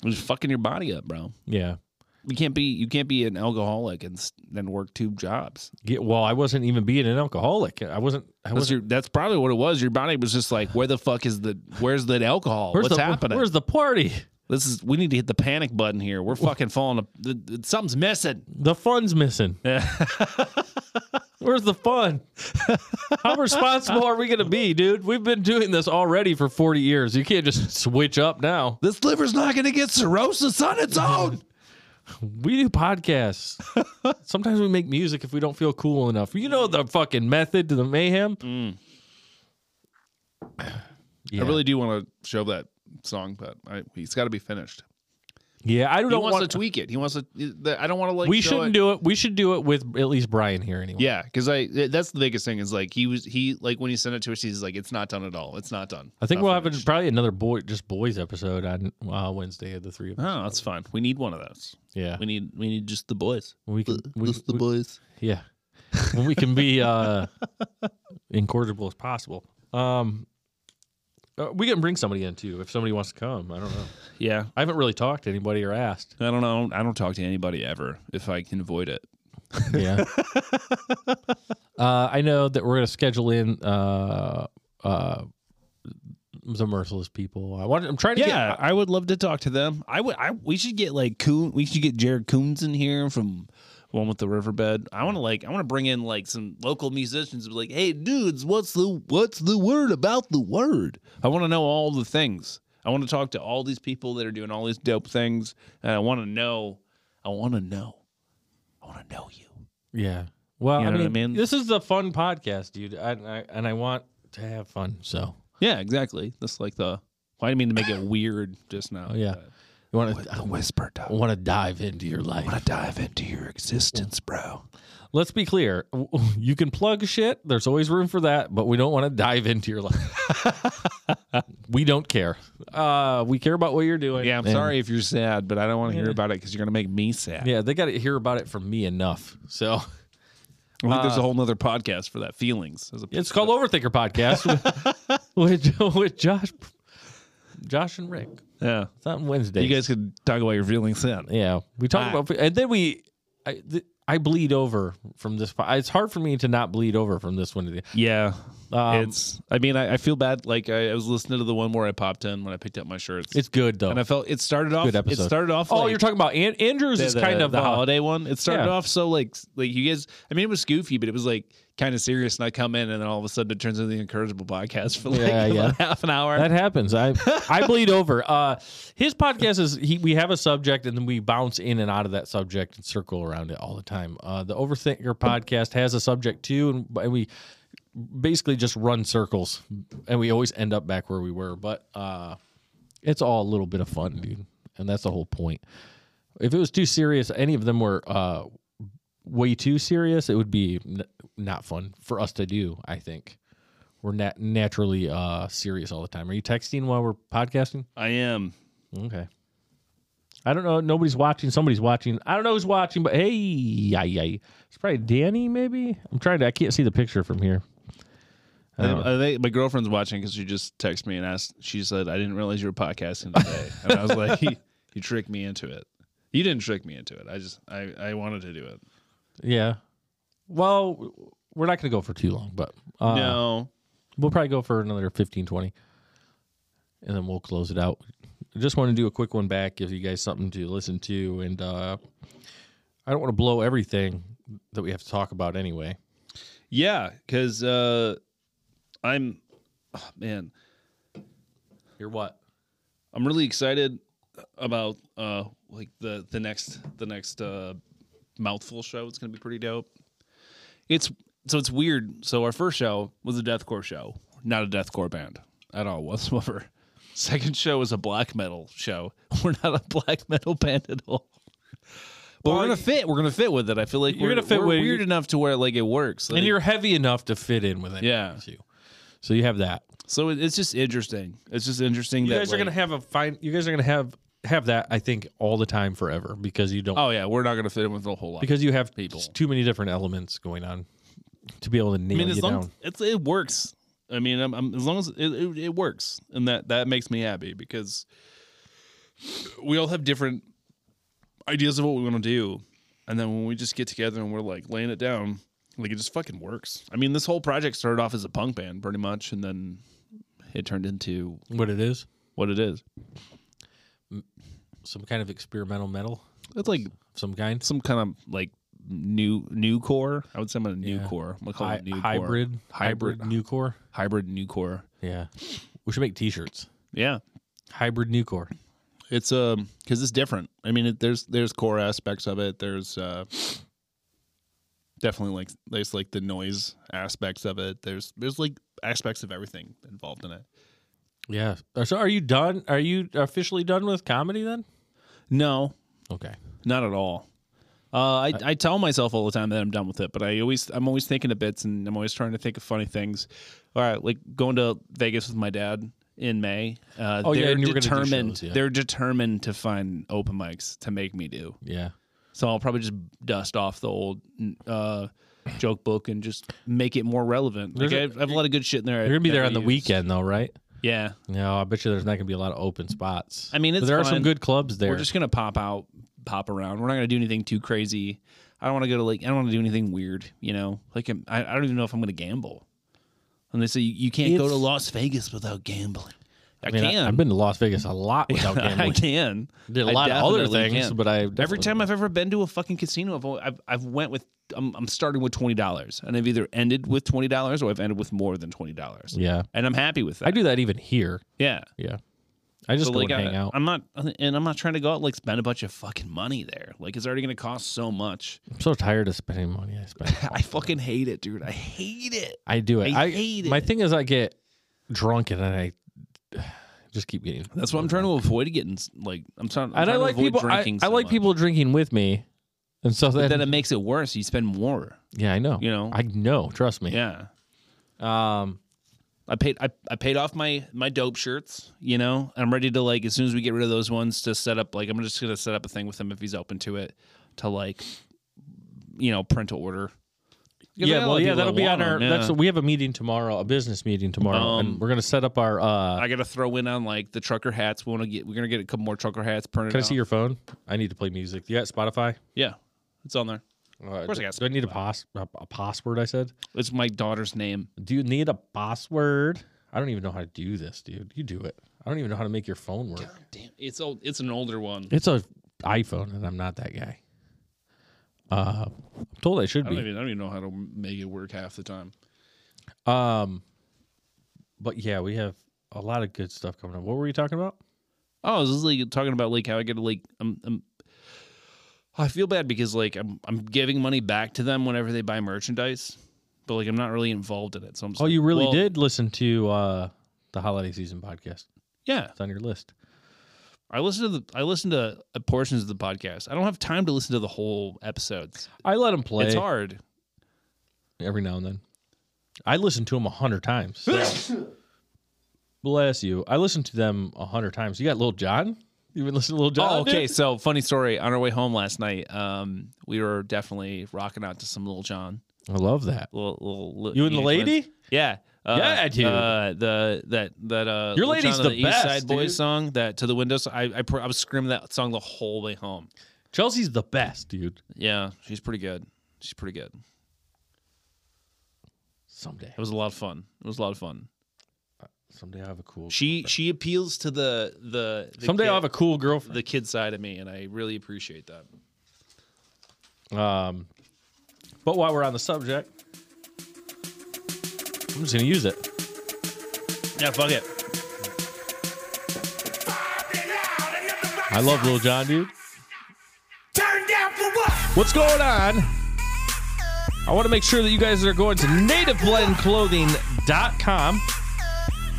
S2: It was fucking your body up, bro.
S1: yeah,
S2: You can't be you can't be an alcoholic and s- then work two jobs.
S1: Get- well, I wasn't even being an alcoholic. I wasn't. I
S2: That's
S1: wasn't.
S2: your that's probably what it was. Your body was just like, "Where the fuck is the where's the alcohol?
S1: Where's
S2: What's
S1: the,
S2: happening?
S1: Where's the party?
S2: this is we need to hit the panic button here. We're fucking falling. ap- th- th- Something's missing."
S1: The fun's missing. Where's the fun? How responsible are we going to be, dude? We've been doing this already for 40 years. You can't just switch up now.
S2: This liver's not going to get cirrhosis on its own.
S1: We do podcasts. Sometimes we make music if we don't feel cool enough. You know the fucking method to the mayhem.
S2: Mm.
S1: Yeah.
S2: I really do want to show that song, but I, he's got to be finished.
S1: yeah, I
S2: He
S1: don't
S2: wants
S1: want
S2: to tweak it. He wants to. I don't want to like.
S1: We
S2: show
S1: shouldn't
S2: it.
S1: do it. We should do it with at least Brian here anyway.
S2: Yeah, because I that's the biggest thing is like he was he like when he sent it to us he's like it's not done at all it's not done
S1: I think
S2: Not
S1: we'll have a,
S2: finished.
S1: probably another boy just boys episode on uh, Wednesday of the three of us.
S2: oh that's fine we need one of those
S1: Yeah.
S2: we need we need just the boys
S1: We can we,
S2: just the
S1: we-
S2: boys
S1: Yeah. When we can be uh incorrigible as possible. Um uh, we can bring somebody in too if somebody wants to come. I don't know.
S2: yeah
S1: I haven't really talked to anybody or asked.
S2: I don't know. I don't talk to anybody ever if I can avoid it.
S1: Yeah. uh I know that we're going to schedule in uh uh the merciless people. I want I'm trying to
S2: Yeah, I would love to talk to them. I would. I we should get like Coon. We should get Jared Coons in here from one with the riverbed. I want to like. I want to bring in like some local musicians. And be like, hey dudes, what's the what's the word about the word? I want to know all the things. I want to talk to all these people that are doing all these dope things, and I want to know. I want to know. I want to know you.
S1: get Yeah. Well,
S2: You
S1: I,
S2: know
S1: mean,
S2: what I mean?
S1: this is the fun podcast, dude. I, I and I want to have fun. So,
S2: Yeah, exactly. That's like the. Why do you mean to make it weird just now?
S1: yeah. You want to
S3: A whisper, dog.
S1: want to dive into your life.
S3: Wanna dive into your existence, bro.
S1: Let's be clear. You can plug shit. There's always room for that, but we don't want to dive into your life. we don't care. Uh, we care about what you're doing.
S2: Yeah, I'm
S1: And-
S2: sorry if you're sad, but I don't want to hear about it because you're gonna make me sad.
S1: Yeah, they got to hear about it from me enough. So
S2: I think there's a whole nother podcast for that. Feelings. There's a-
S1: Uh, it's called Overthinker Podcast with, with, with Josh, Josh and Rick.
S2: Yeah.
S1: It's on Wednesday.
S2: You guys could talk about your feelings then.
S1: Yeah, we talk
S2: Ah.
S1: about, and then we, I, th- I bleed over from this. po- It's hard for me to not bleed over from this one to the.
S2: Yeah.
S1: Um, it's,
S2: it's. I mean, I, I feel bad. Like I, I was listening to the one where I popped in when I picked up my shirts.
S1: good though.
S2: and I felt it started off.
S1: Good episode.
S2: It started off.
S1: oh,
S2: like,
S1: you're talking about An- Andrews
S2: the,
S1: is
S2: the-
S1: kind of
S2: the
S1: uh,
S2: holiday one. It started
S1: yeah.
S2: off so like like you guys. I mean, it was goofy, but it was like kind of serious. And I come in, and then all of a sudden, it turns into the encourageable podcast for like
S1: Yeah, yeah.
S2: about half an hour.
S1: That happens. I I bleed over. Uh, his podcast is he. We have a subject and then we bounce in and out of that subject and circle around it all the time. Uh, the Overthinker podcast has a subject too, and, b- and we basically just run circles, and we always end up back where we were. But uh, it's all a little bit of fun, dude, and that's the whole point. If it was too serious, any of them were uh, way too serious. It would be n- not fun for us to do. I think we're nat- naturally uh, serious all the time. Are you texting while we're podcasting?
S2: I am.
S1: Okay. I don't know. Nobody's watching. Somebody's watching. I don't know who's watching, but hey, yeah, yeah. It's probably Danny, maybe. I'm trying to. I can't see the picture from here. I
S2: I,
S1: don't know.
S2: I think my girlfriend's watching because she just texted me and asked. She said, "I didn't realize you were podcasting today," and I was like, "You you tricked me into it." You didn't trick me into it. I just I, I wanted to do it.
S1: Yeah. Well, we're not going to go for too long, but uh,
S2: no,
S1: we'll probably go for another 15, 20, and then we'll close it out. I just want to do a quick one back, give you guys something to listen to, and uh, I don't want to blow everything that we have to talk about anyway.
S2: yeah, because uh, I'm oh, man.
S1: You're what?
S2: I'm really excited about uh like the the next the next uh mouthful show. It's gonna be pretty dope. It's so it's weird. So our first show was a deathcore show, not a deathcore band at all whatsoever. Second show is a black metal show. We're not a black metal band at all. But we're gonna fit. We're gonna fit with it. I feel like
S1: You're
S2: we're
S1: gonna fit
S2: we're
S1: with-
S2: weird enough to where like it works. Like,
S1: and you're heavy enough to fit in with it.
S2: Yeah.
S1: too. So you have that.
S2: so it- it's just interesting. It's just interesting
S1: You
S2: that
S1: guys are
S2: like-
S1: gonna have a fine. You guys are gonna have have that. I think all the time forever because you don't
S2: Oh yeah, we're not gonna fit in with a whole lot.
S1: because you have
S2: People.
S1: too many different elements going on to be able to nail
S2: I mean,
S1: you
S2: as long
S1: down.
S2: as it's, it works. I mean, I'm, I'm, as long as it, it, it works, and that that makes me happy because we all have different ideas of what we want to do, and then when we just get together and we're like laying it down, like it just fucking works. I mean, this whole project started off as a punk band, pretty much, and then it turned into
S1: what it is,
S2: what it is.
S1: some kind of experimental metal,
S2: It's like
S1: of some kind,
S2: some kind of like new new core. I would say I'm a new
S1: Yeah.
S2: core. I'm gonna call
S1: Hy-
S2: it new
S1: hybrid,
S2: core. hybrid,
S1: new core.
S2: hybrid new core.
S1: Yeah, we should make T-shirts.
S2: Yeah.
S1: Hybrid new core.
S2: It's um because it's different. I mean, it, there's there's core aspects of it. There's uh definitely like there's like the noise aspects of it. There's there's like aspects of everything involved in it.
S1: Yeah. Uh, So are you done? Are you officially done with comedy then?
S2: No,
S1: Okay.
S2: not at all. Uh, I, I tell myself all the time that I'm done with it, but I always I'm always thinking of bits and I'm always trying to think of funny things. All right, like going to Vegas with my dad in May. Uh,
S1: Oh, yeah,
S2: they're
S1: and you were gonna do
S2: determined.
S1: shows, yeah.
S2: They're determined to find open mics to make me do.
S1: Yeah.
S2: So I'll probably just dust off the old uh, joke book and just make it more relevant. Like I,
S1: There's
S2: have, I have a lot of good shit in there.
S1: You're gonna be there on the weekend though, right?
S2: Yeah,
S1: No, I bet you there's not going to be a lot of open spots.
S2: I mean,
S1: But
S2: it's
S1: there are some
S2: fine.
S1: good clubs there.
S2: we're just gonna pop out, pop around. We're not gonna do anything too crazy. I don't want to go to like I don't want to do anything weird. You know, like I'm, I I don't even know if I'm gonna gamble. And they say you, you can't go
S1: It's-
S2: to Las Vegas without gambling. I,
S1: I mean,
S2: can.
S1: I, have been to Las Vegas a lot without
S2: I
S1: gambling.
S2: can.
S1: Did a
S2: I
S1: lot of other
S2: definitely
S1: things,
S2: can.
S1: but I
S2: Every
S1: definitely-
S2: time I've ever been to a fucking casino, I've al- I've, I've went with I'm, I'm starting with twenty dollars, and I've either ended with twenty dollars or I've ended with more than twenty dollars.
S1: yeah,
S2: and I'm happy with that.
S1: I do that even here.
S2: yeah,
S1: Yeah, I just
S2: So,
S1: go
S2: like,
S1: and
S2: I,
S1: hang out.
S2: I'm not, and I'm not trying to go out and, like spend a bunch of fucking money there. Like it's already gonna cost so much.
S1: I'm so tired of spending money. I spend.
S2: I fucking hate it, dude. I hate it.
S1: I do it.
S2: I hate
S1: My
S2: it.
S1: thing is, I get drunk and then I. Just keep getting.
S2: That's what I'm trying to avoid getting. Like I'm trying. I'm
S1: And I
S2: trying
S1: like
S2: to avoid
S1: people. I,
S2: Drinking
S1: I
S2: so
S1: like
S2: much.
S1: people drinking with me, and so
S2: But
S1: then,
S2: then it makes it worse. You spend more.
S1: yeah, I know.
S2: You know.
S1: I know. Trust me.
S2: yeah.
S1: Um,
S2: I paid. I, I paid off my my dope shirts. You know. I'm ready to like as soon as we get rid of those ones to set up. Like I'm just gonna set up a thing with him if he's open to it to like, you know, print to order. 'Cause I got a
S1: yeah,
S2: lot
S1: well,
S2: of
S1: yeah,
S2: people
S1: that'll
S2: that
S1: be on
S2: want
S1: our.
S2: 'em,
S1: That's
S2: yeah.
S1: we have a meeting tomorrow, a business meeting tomorrow,
S2: Um,
S1: and we're gonna set up our. Uh,
S2: I gotta throw in on like the trucker hats. We want to get. We're gonna get a couple more trucker hats printed.
S1: can I
S2: out.
S1: see your phone? I need to play music. You got Spotify?
S2: Yeah, it's on there.
S1: Of
S2: course I got
S1: Do I need a, pos- a, a password? I said.
S2: It's my daughter's name.
S1: Do you need a password? I don't even know how to do this, dude. You do it. I don't even know how to make your phone work.
S2: Damn, it's old. It's an older one.
S1: It's a iPhone, and I'm not that guy. Uh, I'm told I should
S2: I
S1: be.
S2: don't even. I don't even know how to make it work half the time.
S1: Um, but yeah, we have a lot of good stuff coming up. What were you talking about?
S2: Oh, I was just like talking about like how I get like I'm, I'm I feel bad because like I'm I'm giving money back to them whenever they buy merchandise, but like I'm not really involved in it. So I'm just
S1: Oh,
S2: like,
S1: you really
S2: well,
S1: did listen to uh the holiday season podcast.
S2: Yeah,
S1: It's on your list.
S2: I listen to the I listen to uh, portions of the podcast. I don't have time to listen to the whole episodes.
S1: I let them play
S2: It's hard.
S1: every now and then. I listen to them a hundred times. Bless you. I listened to them a hundred times. You got Little John. You been listening to Little John?
S2: Oh, okay.
S1: dude?
S2: So funny story. On our way home last night, um, we were definitely rocking out to some Little John.
S1: I love that.
S2: Little, little, little
S1: You and the
S2: Eagle Twins.
S1: lady?
S2: Yeah. Uh,
S1: Yeah, dude.
S2: Uh, the that that uh,
S1: Your
S2: Lil
S1: lady's
S2: Jon and
S1: the best,
S2: East Side
S1: dude.
S2: Boys song that to the windows. I I, pr- I was screaming that song the whole way home.
S1: Chelsea's the best, dude.
S2: Yeah, she's pretty good. She's pretty good.
S1: Someday.
S2: It was a lot of fun. It was a lot of fun.
S1: Someday I'll have a cool
S2: She she appeals to the the, the
S1: Someday
S2: kid,
S1: I'll have a cool girlfriend.
S2: the kid side of me, and I really appreciate that.
S1: Um, but while we're on the subject, I'm just gonna use it.
S2: Yeah, fuck it.
S1: I love Lil John, dude.
S4: Turn down for what?
S1: What's going on? I want to make sure that you guys are going to nativeblendclothing.com.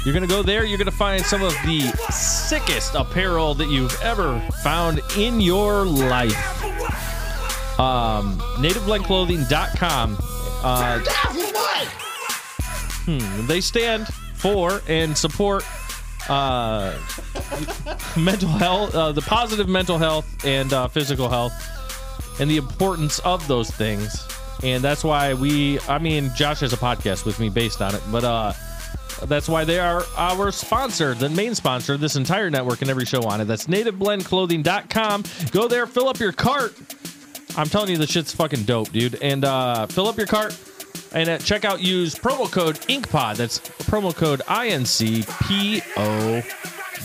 S1: You're going to go there. You're going to find some of the sickest apparel that you've ever found in your life.
S4: For what?
S1: Um, nativeblendclothing.com. Uh,
S4: Down for what?
S1: they stand for and support uh, mental health, uh, the positive mental health and uh, physical health, and the importance of those things. And that's why we, I mean, Josh has a podcast with me based on it, but uh, that's why they are our sponsor, the main sponsor, of this entire network and every show on it. That's nativeblendclothing.com. Go there, fill up your cart. I'm telling you, the shit's fucking dope, dude. And uh, fill up your cart. And at checkout, use promo code InkPod. That's promo code I N C P O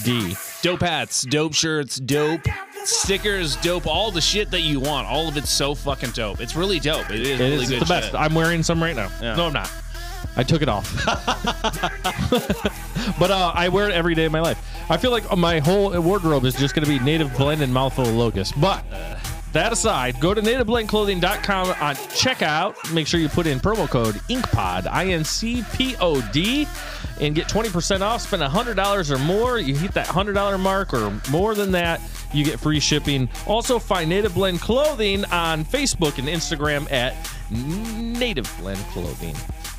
S1: D.
S2: Dope hats, dope shirts, dope
S4: Down for what?
S2: stickers, dope. All the shit that you want. All of it's so fucking dope. It's really dope. It is
S1: It
S2: really
S1: is
S2: good
S1: the best.
S2: shit.
S1: I'm wearing some right now.
S2: Yeah.
S1: No, I'm not. I took it off. but uh, I wear it every day of my life. I feel like my whole wardrobe is just going to be native blend and mouthful of locust. But that aside, go to nativeblendclothing.com on checkout. Make sure you put in promo code INCPOD, I N C P O D, and get 20% off. Spend $100 or more. You hit that $100 mark or more than that, you get free shipping. Also, find Native Blend Clothing on Facebook and Instagram at Native Blend Clothing.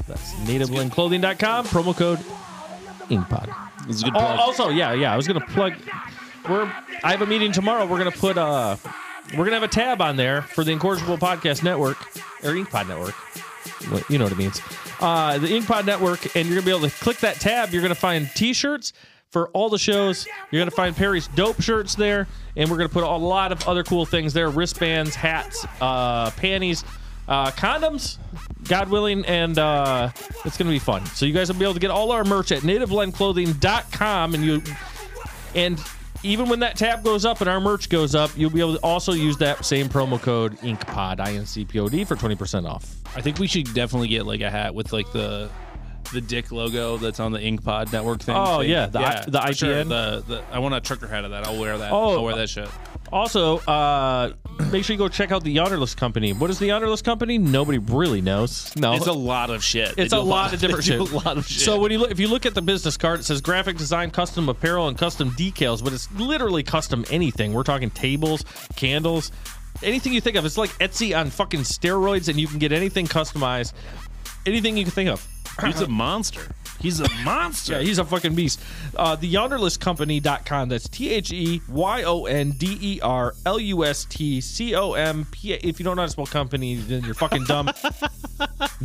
S1: That's nativeblendclothing.com, promo code INCPOD.
S2: It's a good
S1: Oh,
S2: plug.
S1: also, yeah, yeah. I was gonna plug. We're. I have a meeting tomorrow. We're gonna put. Uh, we're gonna have a tab on there for the Incorrigible Podcast Network or InkPod Network. What- You know what it means. Uh, the InkPod Network, and you're gonna be able to click that tab. You're gonna find T-shirts for all the shows. You're gonna find Perry's dope shirts there, and we're gonna put a lot of other cool things there: wristbands, hats, uh, panties. Uh, condoms, God willing, and uh, it's going to be fun. So you guys will be able to get all our merch at nativeblendclothing.com, and you and even when that tab goes up and our merch goes up, you'll be able to also use that same promo code InkPod, I N C P O D, for 20% off.
S2: I think we should definitely get like a hat with like the the dick logo that's on the InkPod network thing.
S1: Oh,
S2: too.
S1: yeah, the I- the
S2: for Sure.
S1: IPN.
S2: The, the I want a trucker hat of that. I'll wear that.
S1: Oh,
S2: I'll wear that shit.
S1: Also, uh, make sure you go check out the Yonderless Company. What is the Yonderless Company? Nobody really knows. No,
S2: It's a lot of shit. They
S1: It's
S2: do
S1: a lot of different
S2: they do
S1: shit.
S2: A lot of shit.
S1: So when you look, if you look at the business card, it says graphic design, custom apparel, and custom decals, but it's literally custom anything. We're talking tables, candles, anything you think of. It's like Etsy on fucking steroids, and you can get anything customized, anything you can think of.
S2: he's a monster. He's a monster.
S1: Yeah, he's a fucking beast. Uh, the yonderlesscompany.com. That's T H E Y O N D E R L U S T C O M P A. If you don't know how to spell company, then you're fucking dumb.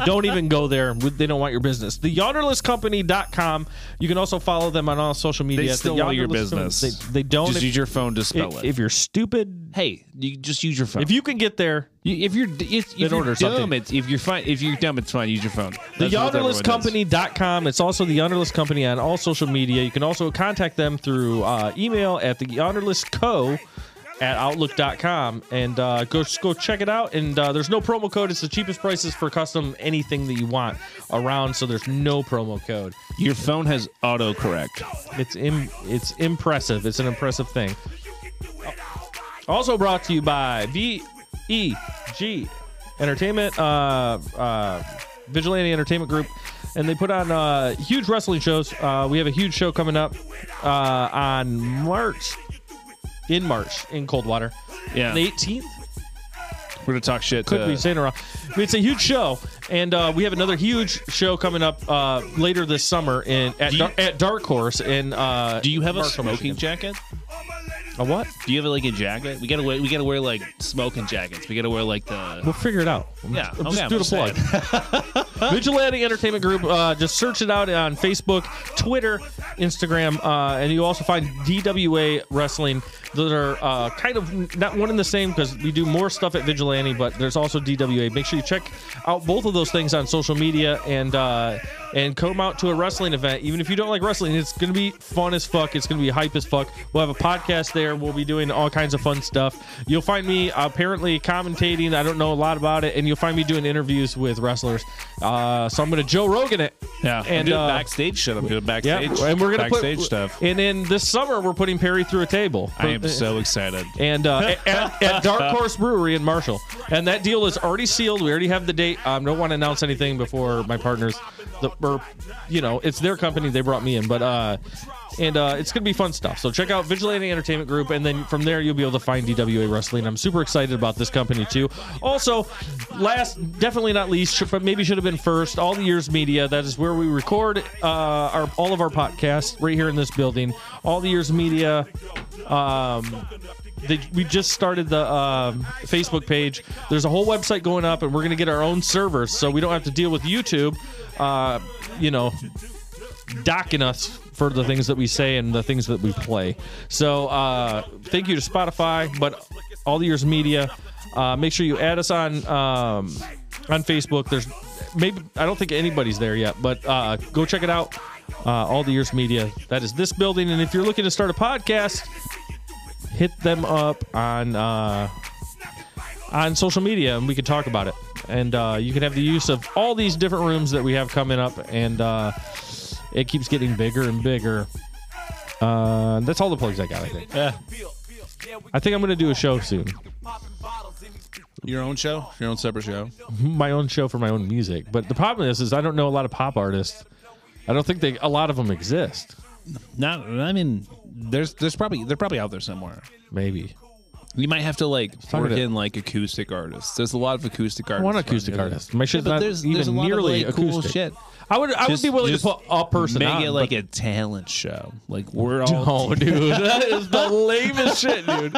S1: don't even go there. They don't want your business. The yonderlesscompany.com. You can also follow them on all social media.
S2: They
S1: at the
S2: still want your
S1: Yonderless Company.
S2: business.
S1: They, they don't.
S2: just
S1: if,
S2: use your phone to spell
S1: if,
S2: it.
S1: if you're stupid,
S2: hey, you just use your phone.
S1: if you can get there,
S2: You- if you're if, if you're
S1: order
S2: dumb,
S1: something.
S2: it's if you're fine. If you're dumb, it's fine. Use your phone.
S1: The
S2: That's what everyone does.
S1: yonderlesscompany.com. It's also the Yonderless Company on all social media. You can also contact them through uh, email at the yonderlessco at outlook.com and uh, go just go check it out. And uh, there's no promo code. It's the cheapest prices for custom anything that you want around. So there's no promo code.
S2: Your phone has autocorrect.
S1: It's Im- it's impressive. It's an impressive thing. Also brought to you by VEG Entertainment, uh, uh, Vigilante Entertainment Group, and they put on uh, huge wrestling shows. Uh, we have a huge show coming up uh, on March, in March, in Coldwater,
S2: Yeah,
S1: the 18th.
S2: we're gonna talk shit.
S1: Could
S2: uh,
S1: be saying it wrong. It's a huge show, and uh, we have another huge show coming up uh, later this summer in at,
S2: Do you-
S1: Dar- at Dark Horse. In uh,
S2: do you have a
S1: Marshall,
S2: smoking
S1: Michigan.
S2: jacket?
S1: A what?
S2: Do you have like a jacket? We gotta wear, we gotta wear like smoking jackets. We gotta wear like the
S1: We'll figure it out.
S2: yeah.
S1: Just
S2: okay, I'm
S1: do the
S2: just
S1: plug.
S2: saying.
S1: Vigilante Entertainment Group. Uh, just search it out on Facebook, Twitter, Instagram, uh, and you also find DWA Wrestling. Those are uh, kind of not one and the same because we do more stuff at Vigilante, but there's also DWA. Make sure you check out both of those things on social media and uh, and come out to a wrestling event. Even if you don't like wrestling, it's going to be fun as fuck. It's going to be hype as fuck. We'll have a podcast there. We'll be doing all kinds of fun stuff. You'll find me apparently commentating. I don't know a lot about it, and you'll find me doing interviews with wrestlers. Uh, so I'm going to Joe Rogan it.
S2: Yeah,
S1: And,
S2: and do
S1: uh,
S2: backstage shit. I'm doing
S1: Yeah,
S2: backstage.
S1: and we're gonna put-
S2: backstage stuff.
S1: And then this summer, we're putting Perry through a table. Uh,
S2: I am so excited.
S1: and uh, at, at Dark Horse Brewery in Marshall. And that deal is already sealed. We already have the date. I um, don't want to announce anything before my partners, the, or you know, it's their company. They brought me in, but uh, and uh, it's gonna be fun stuff. So check out Vigilante Entertainment Group, and then from there you'll be able to find DWA Wrestling. I'm super excited about this company too. Also, last definitely not least, should- but maybe should have been first. All the years media. That is where we record uh, our all of our podcasts right here in this building. All the years media they, we just started the um, Facebook page. There's a whole website going up, and we're going to get our own servers, so we don't have to deal with YouTube, uh, you know, docking us for the things that we say and the things that we play. So uh, thank you to Spotify, but all the years media. Uh, make sure you add us on um, on Facebook. There's maybe I don't think anybody's there yet, but uh, go check it out. Uh, all the years media. That is this building, and if you're looking to start a podcast hit them up on uh, on social media and we can talk about it and uh, you can have the use of all these different rooms that we have coming up and uh, it keeps getting bigger and bigger uh, that's all the plugs i got i think i think i'm gonna do a show soon
S2: Your own show, your own separate show.
S1: my own show for my own music but the problem is is i don't know a lot of pop artists i don't think they a lot of them exist
S2: Not, I mean, there's there's probably they're probably out there somewhere.
S1: maybe
S2: You might have to like
S1: about
S2: work
S1: it.
S2: in like acoustic artists. There's a lot of acoustic
S1: i
S2: artists.
S1: want an acoustic
S2: around here.
S1: artist my shit's
S2: but
S1: not
S2: there's-
S1: even
S2: there's a lot of,
S1: nearly
S2: like,
S1: acoustic
S2: cool shit.
S1: i would i
S2: Just-
S1: would be willing to
S2: just
S1: put a person
S2: Make
S1: on,
S2: it
S1: but-
S2: like a talent show. Like we're all
S1: Oh, dude, that is the lamest shit, dude.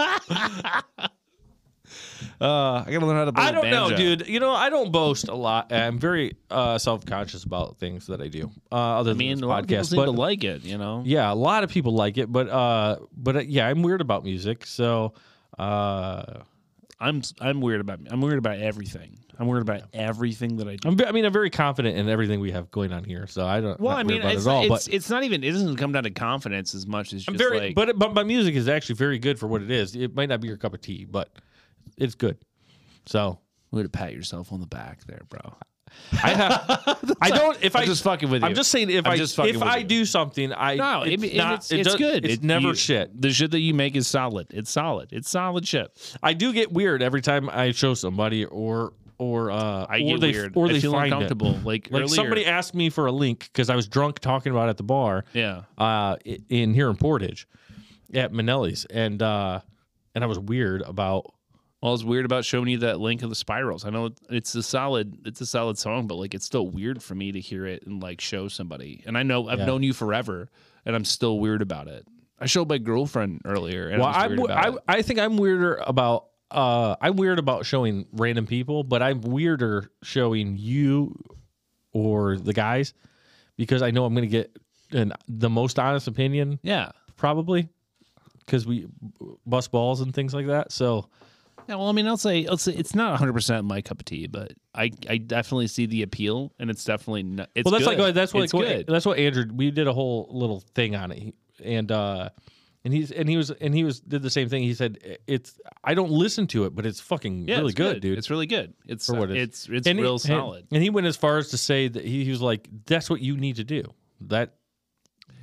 S2: Uh, I gotta learn how to play
S1: I
S2: the
S1: don't know,
S2: banjo.
S1: dude. You know, I don't boast a lot. I'm very uh, self conscious about things that I do. Uh, other
S2: I mean,
S1: than this
S2: a lot of people
S1: podcast,
S2: seem
S1: but
S2: to like it. You know,
S1: yeah, a lot of people like it. But uh, but uh, yeah, I'm weird about music, so uh,
S2: I'm I'm weird about I'm weird about everything. I'm weird about everything that I do.
S1: I'm ve- I mean, I'm very confident in everything we have going on here. So I don't.
S2: well,
S1: not
S2: I
S1: weird
S2: mean,
S1: about it
S2: it's,
S1: at all,
S2: it's,
S1: but
S2: it's not even it doesn't come down to confidence as much as just
S1: I'm very.
S2: like
S1: but but my music is actually very good for what it is. It might not be your cup of tea, but it's good. So
S2: way to pat yourself on the back there, bro.
S1: I have. I don't. If i
S2: I'm just fucking with you.
S1: I'm just saying if
S2: I'm
S1: i
S2: just fucking
S1: if
S2: with
S1: I
S2: you.
S1: do something, I
S2: No,
S1: it's,
S2: it- it-
S1: not,
S2: it's,
S1: it
S2: it's
S1: does-
S2: good.
S1: It's
S2: It-
S1: never
S2: you-
S1: shit.
S2: The shit that you make is solid. It's solid. It's solid shit.
S1: I do get weird every time I show somebody or or uh
S2: I
S1: or
S2: get
S1: they,
S2: weird.
S1: or
S2: I
S1: they
S2: feel
S1: find it.
S2: uncomfortable. Like,
S1: Like
S2: earlier.
S1: somebody asked me for a link because I was drunk talking about it at the bar.
S2: Yeah.
S1: uh, i- in here in Portage at Manelli's, and uh, and I was weird about.
S2: Well, it's weird about showing you that link of the spirals. I know it- it's a solid, it's a solid song, but like it's still weird for me to hear it and like show somebody. And I know I've
S1: Yeah.
S2: known you forever, and I'm still weird about it. I showed my girlfriend earlier, and
S1: Well,
S2: I was
S1: I'm,
S2: weird
S1: we-
S2: about
S1: I
S2: it.
S1: I think I'm weirder about. Uh, I'm weird about showing random people, but I'm weirder showing you or the guys because I know I'm going to get an, the most honest opinion
S2: Yeah.
S1: probably because we bust balls and things like that. So
S2: Yeah. Well, I mean, I'll say, I'll say it's not 100 percent my cup of tea, but I, I definitely see the appeal, and it's definitely, not, it's
S1: well, that's
S2: good.
S1: like that's what,
S2: it's
S1: like, what-
S2: good.
S1: that's what Andrew. We did a whole little thing on it, He- and uh, and he's and he was and he was did the same thing. He said "I- it's I don't listen to it, but it's fucking
S2: Yeah,
S1: really
S2: it's
S1: good, dude.
S2: It's really good. It's
S1: For what it is.
S2: it's it's
S1: And he-
S2: real
S1: and-
S2: solid.
S1: And he went as far as to say that he, he was like, "That's what you need to do. That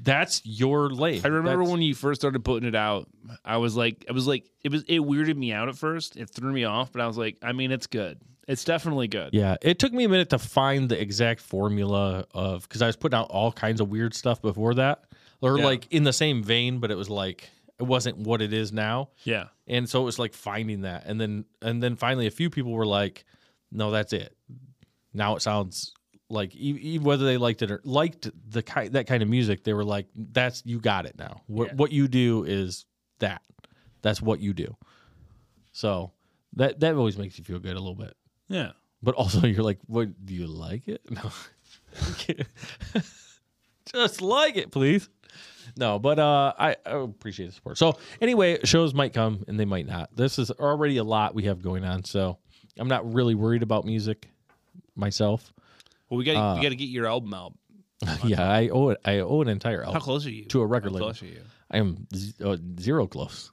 S1: that's your lane."
S2: I remember
S1: That's-
S2: when you first started putting it out, I was like, I was like, it was, it weirded me out at first. It threw me off, but I was like, I mean, it's good. It's definitely good.
S1: Yeah, it took me a minute to find the exact formula of because I was putting out all kinds of weird stuff before that, or
S2: Yeah.
S1: like in the same vein, but it was like it wasn't what it is now.
S2: Yeah.
S1: and so it was like finding that and then and then finally a few people were like no that's it now it sounds like e- e- whether they liked it or liked the ki- that kind of music they were like that's you got it now what,
S2: Yeah.
S1: what you do is that that's what you do so that that always makes you feel good a little bit
S2: Yeah.
S1: but also you're like what do you like it no I'm kidding. just like it please no, but uh, I, I appreciate the support. So anyway, shows might come and they might not. This is already a lot we have going on, so I'm not really worried about music myself.
S2: Well, we got, to
S1: Uh,
S2: we got to get your album out.
S1: yeah, I owe it. I owe an entire
S2: How
S1: album
S2: close are you
S1: to a record
S2: How
S1: label.
S2: close are you?
S1: I am z- uh, zero close.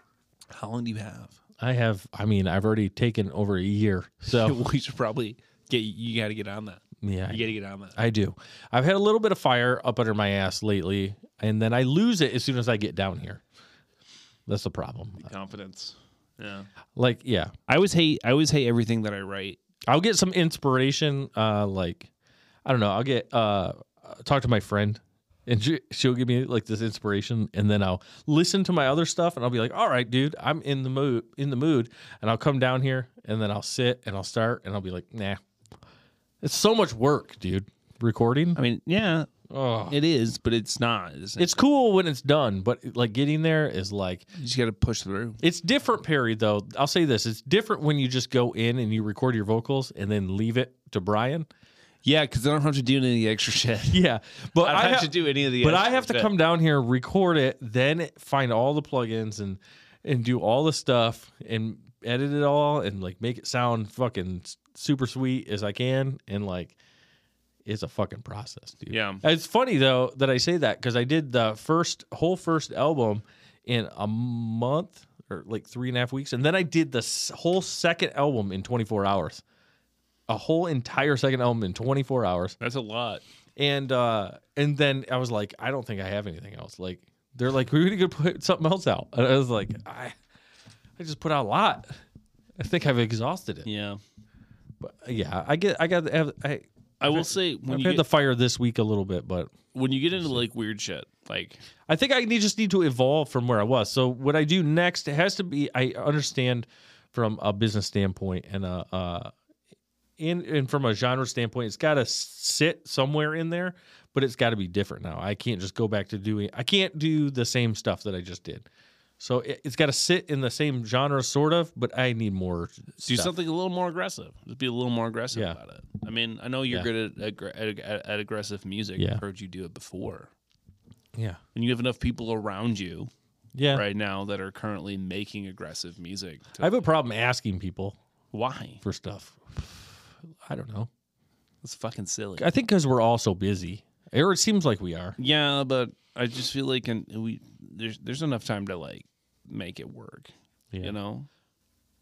S2: How long do you have?
S1: I have. I mean, I've already taken over a year. So
S2: we should probably get. You got to get on that.
S1: Oh. yeah,
S2: You got to get on that.
S1: I do. I've had a little bit of fire up under my ass lately, and then I lose it as soon as I get down here. That's the problem.
S2: Confidence. Yeah.
S1: Like, yeah,
S2: I always hate. I always hate everything that I write.
S1: I'll get some inspiration. Uh, like I don't know. I'll get uh, talk to my friend, and she, she'll give me like this inspiration, and then I'll listen to my other stuff, and I'll be like, "All right, dude, I'm in the mood. In the mood." And I'll come down here, and then I'll sit, and I'll start, and I'll be like, "Nah, it's so much work, dude. Recording.
S2: I mean, yeah,
S1: Oh,
S2: it is, but it's not. It's,
S1: it's cool when it's done, but like getting there is like
S2: you just got to push through.
S1: it's different, Perry, though. I'll say this. It's different when you just go in and you record your vocals and then leave it to Brian.
S2: Yeah, because I don't have to do any of the extra shit.
S1: Yeah. But
S2: I
S1: I
S2: don't have
S1: ha-
S2: to do any of the.
S1: but
S2: extra
S1: I have to
S2: shit.
S1: come down here, record it, then find all the plugins and and do all the stuff and edit it all and like make it sound fucking s- super sweet as I can and like it's a fucking process, dude.
S2: Yeah.
S1: It's funny though that I say that because I did the first whole first album in a month or like three and a half weeks, and then I did the s- whole second album in 24 hours. A whole entire second album in 24 hours
S2: That's a lot.
S1: and uh and then I was like, I don't think I have anything else. Like they're like, we need to put something else out. And I was like, I I just put out a lot. I think I've exhausted it.
S2: Yeah.
S1: But yeah, I get I got I, have- I
S2: I will say when
S1: I've
S2: you
S1: had
S2: get,
S1: the fire this week a little bit, but
S2: when you get into like weird shit, like
S1: I think I need, just need to evolve from where I was. So what I do next has to be I understand from a business standpoint and a uh, in and from a genre standpoint, it's got to sit somewhere in there, but it's got to be different now. I can't just go back to doing. I can't do the same stuff that I just did. So it, it's got to sit in the same genre, sort of. But I need more.
S2: do
S1: stuff.
S2: something a little more aggressive. Just be a little more aggressive
S1: Yeah.
S2: about it. I mean, I know you're
S1: Yeah.
S2: good at, aggr- at at at aggressive music.
S1: Yeah.
S2: I've heard you do it before,
S1: Yeah,
S2: and you have enough people around you
S1: yeah.
S2: right now that are currently making aggressive music. To,
S1: I have a problem asking people
S2: why?
S1: for stuff. I don't know.
S2: It's fucking silly.
S1: I think because we're all so busy, or it seems like we are.
S2: Yeah, but I just feel like and we there's there's enough time to like make it work.
S1: Yeah.
S2: You know.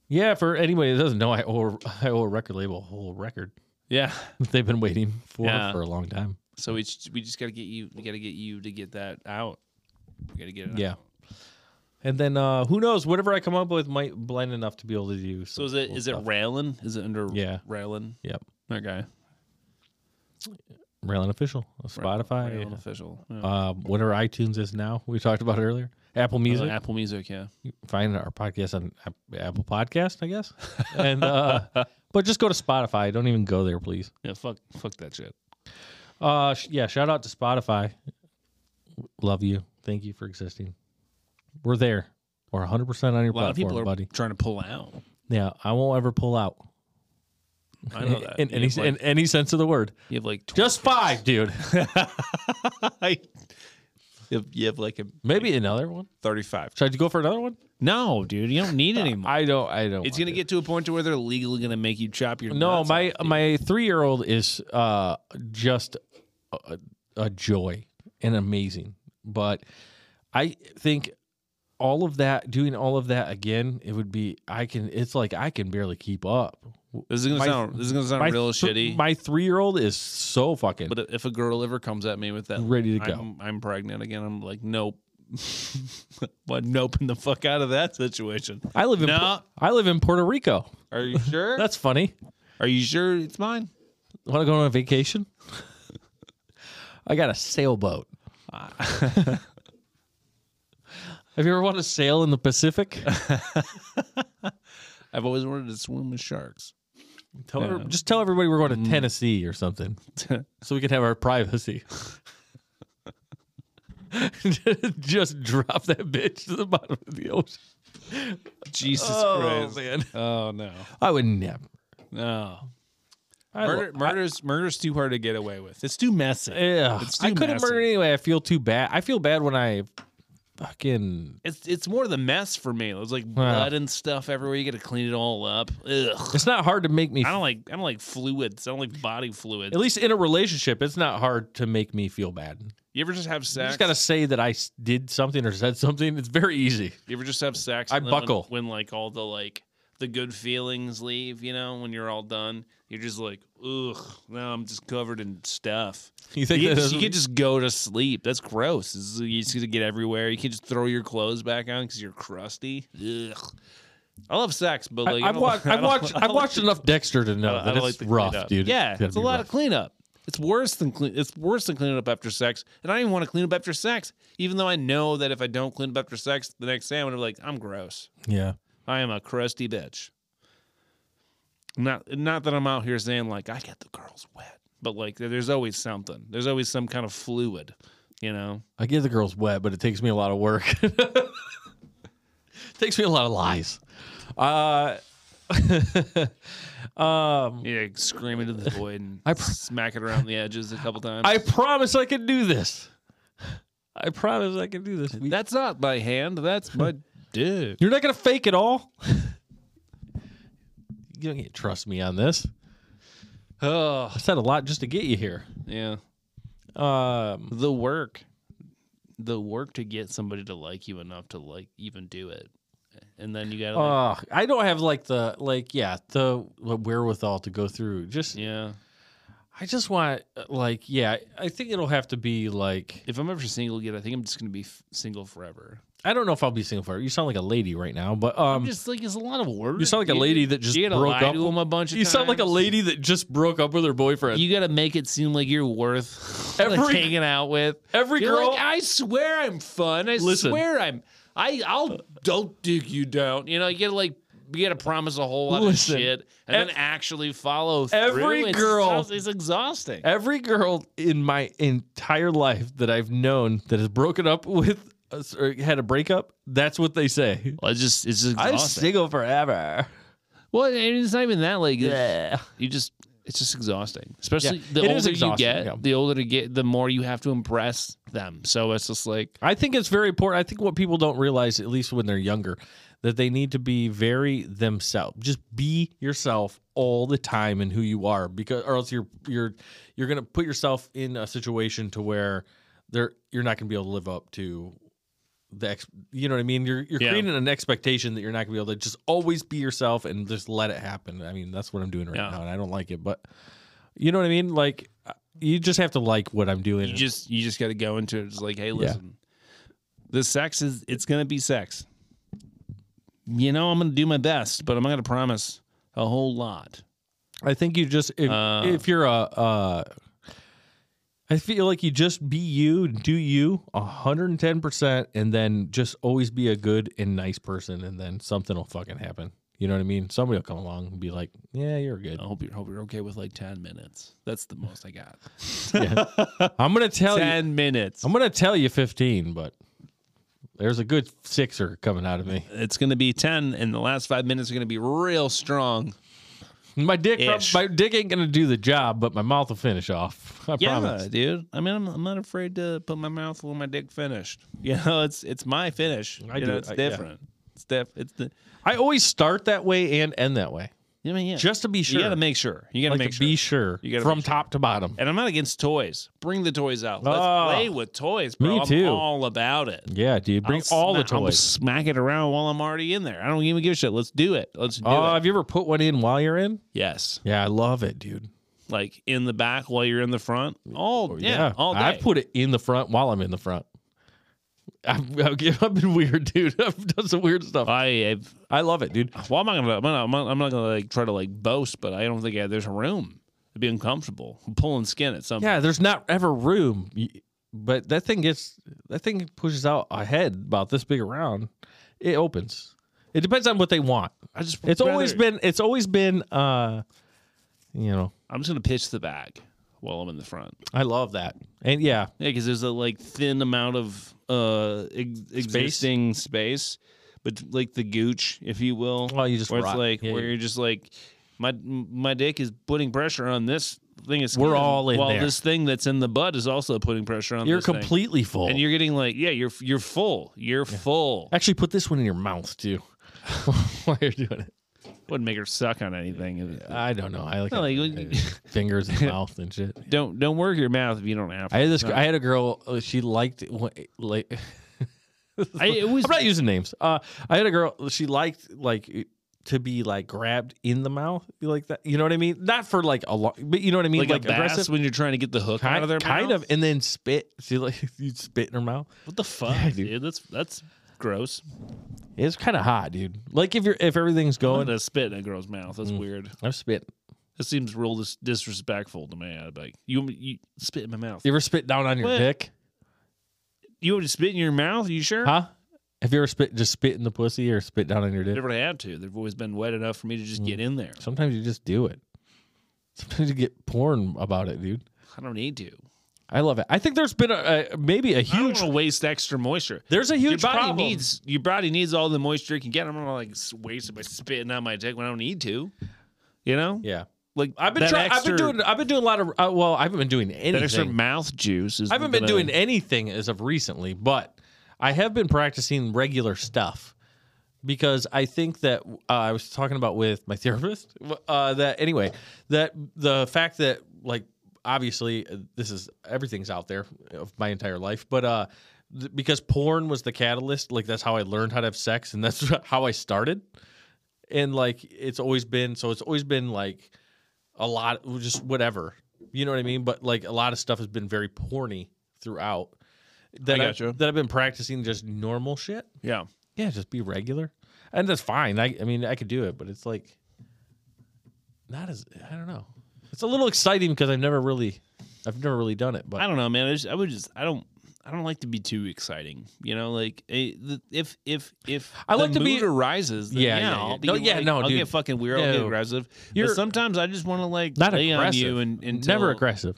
S1: Yeah, for anybody that doesn't know, I owe, I owe a record label a whole record.
S2: Yeah.
S1: They've been waiting for
S2: Yeah.
S1: for a long time.
S2: So we just, we just got to get you. We got to get you to get that out. We got to get it.
S1: Yeah.
S2: Out.
S1: And then uh who knows? Whatever I come up with might blend enough to be able to do.
S2: So is it is it railing? Is it under
S1: Yeah.
S2: railing?
S1: Yep.
S2: Okay.
S1: Railing official, on Spotify,
S2: Railing official. Oh, Yeah.
S1: uh, whatever iTunes is now. We talked about it earlier. Apple Music.
S2: Uh, Apple Music. Yeah.
S1: You can find our podcast on Ap- Apple Podcast, I guess. And uh but just go to Spotify. Don't even go there, please.
S2: Yeah. Fuck. Fuck that shit.
S1: Uh, sh- yeah. Shout out to Spotify. Love you. Thank you for existing. We're there. We're 100 percent on your
S2: A lot of people
S1: platform,
S2: are
S1: buddy.
S2: trying to pull out.
S1: Yeah, I won't ever pull out
S2: I know that.
S1: in
S2: You
S1: any
S2: have, like-
S1: in any sense of the word.
S2: you have like
S1: Just five, dude.
S2: I, you, have, you have like a
S1: Maybe another one.
S2: 35.
S1: Should I go for another one?
S2: No, dude, you don't need any more.
S1: I don't. I don't.
S2: It's
S1: want
S2: gonna
S1: to.
S2: get to a point to where they're legally gonna make you chop your.
S1: No,
S2: nuts
S1: my
S2: off, dude.
S1: my three year old is uh just a, a joy and amazing. But I think all of that, doing all of that again, it would be. I can. It's like I can barely keep up.
S2: This is gonna
S1: my-
S2: sound. This is gonna sound real
S1: th-
S2: shitty.
S1: My three year old is so fucking
S2: but if a girl ever comes at me with that,
S1: ready to go.
S2: I'm, I'm pregnant again. I'm like, nope. but noping the fuck out of that situation.
S1: I live in
S2: No.
S1: Pu- I live in Puerto Rico.
S2: Are you sure?
S1: That's funny.
S2: Are you sure it's mine?
S1: Want to go on a vacation? I got a sailboat.
S2: Ah.
S1: Have you ever wanted to sail in the Pacific?
S2: I've always wanted to swim with sharks.
S1: Tell her- just tell everybody we're
S2: Mm.
S1: going to Tennessee or something, so we can have our privacy. just drop that bitch to the bottom of the ocean.
S2: Jesus Christ!
S1: man,
S2: Oh no,
S1: I would never. I-
S2: no.
S1: Eh.
S2: Murder, murder's murder's too hard to get away with. It's too messy.
S1: Ugh,
S2: It's too
S1: I couldn't
S2: massive.
S1: murder anyway. I feel too bad. I feel bad when I fucking.
S2: It's it's more the mess for me. There's like blood and stuff everywhere. You got to clean it all up. Ugh.
S1: It's not hard to make me.
S2: I don't like I don't like fluids. I don't like body fluids.
S1: At least in a relationship, it's not hard to make me feel bad.
S2: You ever just have
S1: You
S2: sex?
S1: just gotta say that I s- did something or said something. It's very easy.
S2: you ever just have sex?
S1: I
S2: and then when-
S1: buckle.
S2: when, like all the like the good feelings leave. You know when you're all done. You're just like ugh. Now I'm just covered in stuff.
S1: You
S2: You,
S1: think
S2: can
S1: that
S2: just,
S1: doesn't-
S2: you can just go to sleep. That's gross. This is- You just gotta get everywhere. You can just throw your clothes back on because you're crusty. Ugh. I love sex, but like
S1: I, I've watched. I've watched. I've watched enough Dexter to know
S2: I
S1: that
S2: don't
S1: it's
S2: like the
S1: rough,
S2: cleanup.
S1: dude.
S2: Yeah,
S1: gotta
S2: it's a
S1: be
S2: lot
S1: rough.
S2: of cleanup. It's worse than clean. It's worse than cleaning up after sex, and I don't even want to clean up after sex. Even though I know that if I don't clean up after sex, the next day I'm gonna be like, I'm gross.
S1: Yeah.
S2: I am a crusty bitch. Not not that I'm out here saying like I get the girls wet, but like there's always something. There's always some kind of fluid, you know.
S1: I get the girls wet, but it takes me a lot of work. takes me a lot of lies. Uh, um,
S2: Yeah, scream into the void and
S1: I pr-
S2: smack it around the edges a couple times.
S1: I promise I can do this. I promise I can do this. We-
S2: that's not by hand. That's my dick.
S1: You're not gonna fake it all. you don't get trust me on this. Oh, I said a lot just to get you here.
S2: Yeah.
S1: Um,
S2: the work the work to get somebody to like you enough to like even do it and then you gotta like,
S1: uh, I don't have like the like yeah the wherewithal to go through. Just
S2: yeah
S1: I just want uh, like yeah. I think it'll have to be like
S2: if i'm ever single again i think i'm just gonna be f- single forever
S1: I don't know if I'll be single for You sound like a lady right now, but um,
S2: just like it's a lot of work
S1: you sound like a lady that just
S2: you gotta
S1: broke
S2: lie
S1: up.
S2: to him a bunch of
S1: you sound like a
S2: times.
S1: lady that just broke up with her boyfriend.
S2: you gotta make it seem like you're worth like,
S1: Every-
S2: hanging out with
S1: Every
S2: You're
S1: girl,
S2: like, "Ah." i swear i'm fun i
S1: Listen.
S2: swear i'm i i'll don't dig you down you know you gotta like you gotta promise a whole lot
S1: Listen.
S2: of shit and
S1: Ev-
S2: then actually follow through.
S1: Every
S2: It's-
S1: girl-
S2: it's exhausting
S1: Every girl in my entire life that I've known that has broken up with us or had a breakup, that's what they say.
S2: Well, it's just it's just
S1: I'm
S2: exhausting.
S1: single forever.
S2: Well, and it's not even that like it's-
S1: Yeah.
S2: you just it's just exhausting. Especially
S1: Yeah,
S2: the
S1: it
S2: older
S1: is
S2: you
S1: exhausting,
S2: get,
S1: yeah.
S2: the older you get, the more you have to impress them. So it's just like
S1: I think it's very important. I think what people don't realize, at least when they're younger, that they need to be very themselves. Just be yourself all the time and who you are, because or else you're you're you're gonna put yourself in a situation to where there you're not gonna be able to live up to the ex, you know what I mean. You're you're
S2: Yeah.
S1: creating an expectation that you're not gonna be able to just always be yourself and just let it happen. I mean that's what I'm doing right
S2: Yeah.
S1: now, and I don't like it, but You know what I mean? Like, you just have to like what I'm doing.
S2: You just you just got to go into it. It's like, hey, listen, the sex is it's gonna be sex. You know, I'm gonna do my best, but I'm not gonna promise a whole lot.
S1: I think you just if,
S2: Uh.
S1: if you're a, uh, I feel like you just be you, do you, hundred and ten percent, and then just always be a good and nice person, and then something will fucking happen. You know what I mean? Somebody will come along and be like, "Yeah, you're good."
S2: I hope you're hope you're okay with like ten minutes. That's the most I got.
S1: I'm gonna tell you.
S2: ten minutes.
S1: I'm gonna tell you 15, but there's a good sixer coming out of me.
S2: it's gonna be ten, and the last five minutes are gonna be real strong.
S1: My dick, prob-
S2: Ish.
S1: my dick ain't gonna do the job, but my mouth will finish off. I
S2: Yeah,
S1: promise.
S2: dude. I mean, I'm, I'm not afraid to put my mouth where my dick finished. You know, it's it's my finish.
S1: I
S2: you
S1: do
S2: know,
S1: it.
S2: It's
S1: I- yeah.
S2: different. It's diff. It's the.
S1: I always start that way and end that way,
S2: I mean, yeah.
S1: just to be sure.
S2: You got to make sure. You got to
S1: like
S2: make
S1: to
S2: sure.
S1: be sure
S2: You gotta
S1: from
S2: make sure.
S1: top to bottom.
S2: and I'm not against toys. Bring the toys out. Let's
S1: Oh.
S2: play with toys,
S1: Me
S2: bro.
S1: too.
S2: I'm all about it.
S1: Yeah, dude, bring
S2: I'll
S1: all the
S2: sma- I'll
S1: toys.
S2: smack it around while I'm already in there. I don't even give a shit. Let's do it. Let's do
S1: Oh,
S2: it.
S1: have you ever put one in while you're in?
S2: Yes.
S1: Yeah, I love it, dude.
S2: Like in the back while you're in the front. All yeah, All day.
S1: I've Oh, put it in the front while I'm in the front. I've, I've I've been weird, dude. I've done some weird stuff.
S2: I have
S1: I love it, dude.
S2: well, I'm not gonna, I'm not, I'm not, I'm not gonna like try to like boast, but I don't think I, there's room. It'd be uncomfortable. I'm pulling skin at some.
S1: Yeah, there's not ever room, Y- but that thing gets that thing pushes out ahead about this big around. It opens. It depends on what they want.
S2: I just.
S1: It's always
S2: rather-
S1: been. It's always been. uh You know,
S2: I'm just gonna pitch the back while I'm in the front.
S1: I love that, and yeah,
S2: Yeah, because there's a like thin amount of uh ex- existing space, but like the gooch, if you will.
S1: Well, Oh, you just
S2: where
S1: rot.
S2: it's like
S1: Yeah,
S2: where
S1: yeah.
S2: you're just like my my dick is putting pressure on this thing. Is
S1: We're all in
S2: while
S1: there.
S2: this thing that's in the bud is also putting pressure on.
S1: you're
S2: this thing.
S1: completely full.
S2: and you're getting like yeah, you're you're full, you're full.
S1: Actually, put this one in your mouth too. While you're doing it,
S2: Wouldn't make her suck on anything.
S1: I don't know. I like,
S2: No, like,
S1: it.
S2: when you-
S1: fingers and mouth and shit.
S2: don't don't work your mouth if you don't have.
S1: I
S2: To.
S1: had this. I had a girl. uh, She liked like.
S2: I, it was
S1: I'm not using names. Uh, I had a girl. She liked like to be like grabbed in the mouth like that. You know what I mean? Not for like a lot, but you know what I mean.
S2: like, a bass when you're trying to get the hook
S1: Kind,
S2: out of their
S1: kind
S2: mouth.
S1: of, and then spit. She like you spit in her mouth.
S2: What the fuck,
S1: dude.
S2: dude. That's that's gross.
S1: It's kind of hot, dude. Like if you're if everything's
S2: Going
S1: going,
S2: to spit in a girl's mouth. That's weird.
S1: I've spit.
S2: Mm. That seems real dis- disrespectful to me. I'd be like, you, want me- you spit in my mouth.
S1: You ever spit down on your
S2: What?
S1: dick?
S2: You want me to spit in your mouth? you sure?
S1: Huh? Have you ever spit just spit in the pussy or spit down on your dick?
S2: Never had to. They've always been wet enough for me to just get in there.
S1: Sometimes you just do it. Sometimes you get porn about it, dude.
S2: I don't need to.
S1: I love it. I think there's been a, a maybe a
S2: I don't
S1: huge.
S2: wanna waste extra moisture.
S1: There's a
S2: Your
S1: huge
S2: body
S1: problem.
S2: needs your body needs all the moisture it can get. I'm not gonna like s- waste it by spitting on my dick when I don't need to. You know,
S1: Yeah,
S2: like
S1: I've been
S2: that
S1: trying. I've been
S2: extra-
S1: doing. I've been doing a lot of. Uh, well, I haven't been doing
S2: that extra
S1: anything.
S2: mouth juice. Is
S1: I haven't been
S2: gonna-
S1: doing anything as of recently, but I have been practicing regular stuff because I think that uh, I was talking about with my therapist uh, that anyway that the fact that like obviously uh, this is everything's out there of my entire life, but uh, th- because porn was the catalyst, like that's how I learned how to have sex, and that's how I started, and like it's always been so it's always been like a lot just whatever you know what i mean but like a lot of stuff has been very porny throughout that
S2: I
S1: I-
S2: gotcha.
S1: that i've been practicing just normal shit
S2: Yeah,
S1: yeah just be regular and that's fine i, I mean i could do it but it's like not as i don't know it's a little exciting because i've never really i've never really done it but
S2: I don't know, man. I, just, I would just, I don't, I don't like to be too exciting. You know, like eh, the- if if if
S1: I like
S2: the
S1: to be-
S2: mood arises, then
S1: Yeah,
S2: yeah,
S1: yeah, yeah.
S2: I'll be
S1: No, yeah,
S2: like-
S1: no,
S2: I'll
S1: dude.
S2: get fucking weird, I'll
S1: No.
S2: get aggressive.
S1: You're-
S2: but sometimes I just want to like
S1: not
S2: lay on
S1: aggressive
S2: you and, and
S1: never
S2: tell-
S1: aggressive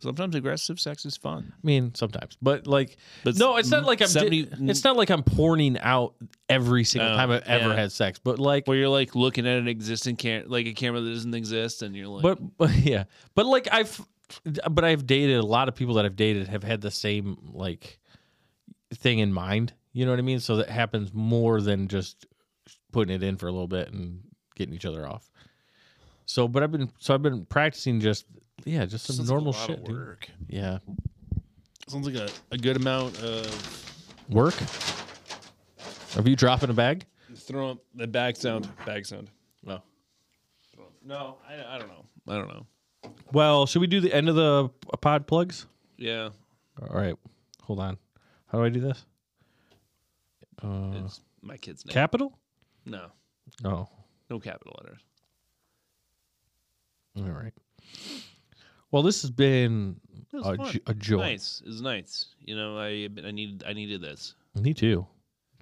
S2: Sometimes aggressive sex is fun.
S1: I mean, sometimes, but like,
S2: But
S1: no, it's not like I'm. di-
S2: 70
S1: it's not like I'm porning out every single
S2: Oh,
S1: time I've ever
S2: yeah.
S1: had sex, but like,
S2: Where you're like looking at an existing cam, like a camera that doesn't exist, and you're like,
S1: but, but yeah, but like I've, but I've dated a lot of people that I've dated have had the same like thing in mind. You know what I mean? So that happens more than just putting it in for a little bit and getting each other off. So, but I've been so I've been practicing just yeah, just some
S2: sounds like a
S1: normal
S2: lot of
S1: shit. dude.
S2: work.
S1: Yeah,
S2: Sounds like a, a good amount of
S1: work. Are you dropping a bag?
S2: throw up the bag sound. Bag sound.
S1: No.
S2: No, I, I don't know. I don't know.
S1: Well, should we do the end of the pod plugs?
S2: Yeah.
S1: All right. Hold on. How do I do this? Mm.
S2: it's my kid's name.
S1: Capital?
S2: no.
S1: Oh,
S2: No capital letters.
S1: all right. Well, this has been
S2: It was
S1: a,
S2: fun.
S1: jo- a joy.
S2: Nice. It was nice. You know, I I needed I needed this.
S1: Me too.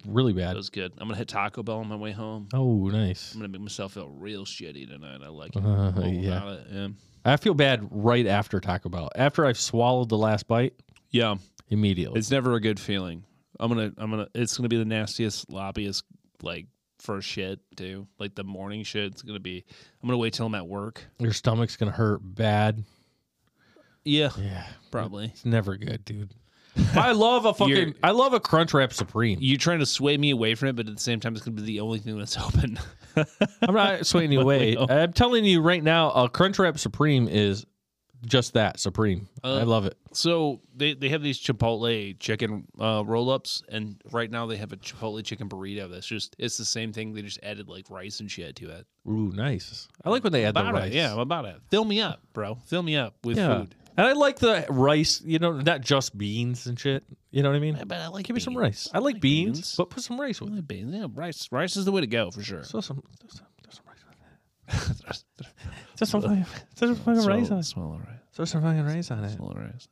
S1: Really bad.
S2: That was good. I'm gonna hit Taco Bell on my way home.
S1: Oh, nice.
S2: I'm gonna make myself feel real shitty tonight. I like it.
S1: Uh,
S2: All
S1: yeah.
S2: about it. yeah.
S1: I feel bad right after Taco Bell. After I've swallowed the last bite,
S2: Yeah.
S1: immediately.
S2: It's never a good feeling. I'm gonna I'm gonna it's gonna be the nastiest, loppiest like first shit too. Like the morning shit. It's gonna be I'm gonna wait till I'm at work.
S1: Your stomach's gonna hurt bad.
S2: Yeah.
S1: Yeah,
S2: Probably.
S1: it's never good, dude. I love a fucking.
S2: You're-
S1: I love a Crunchwrap Supreme.
S2: You're trying to sway me away from it, but at the same time it's gonna be the only thing that's open.
S1: I'm not swaying you away. I'm telling you right now, a Crunchwrap Supreme is just that Supreme. I love it.
S2: so they, they have these Chipotle chicken uh, roll ups and right now they have a Chipotle chicken burrito that's just it's the same thing. They just added like rice and shit to it.
S1: Ooh, nice. I like when they add the
S2: About
S1: rice.
S2: it. Yeah, I'm about it. Fill me up, bro. Fill me up with
S1: yeah.
S2: food.
S1: And I like the rice. You know, not just beans and shit. You know what I mean?
S2: But I like
S1: Give me some
S2: beans.
S1: rice. I like beans, but put some rice with it.
S2: Really big. Yeah, rice. Rice is the way to go for sure.
S1: So some. throw some- throw some rice on it. Throw some fucking- throw some fucking rice on it.
S2: Swallow rice.
S1: Throw some fucking rice on it.
S2: Swallow rice.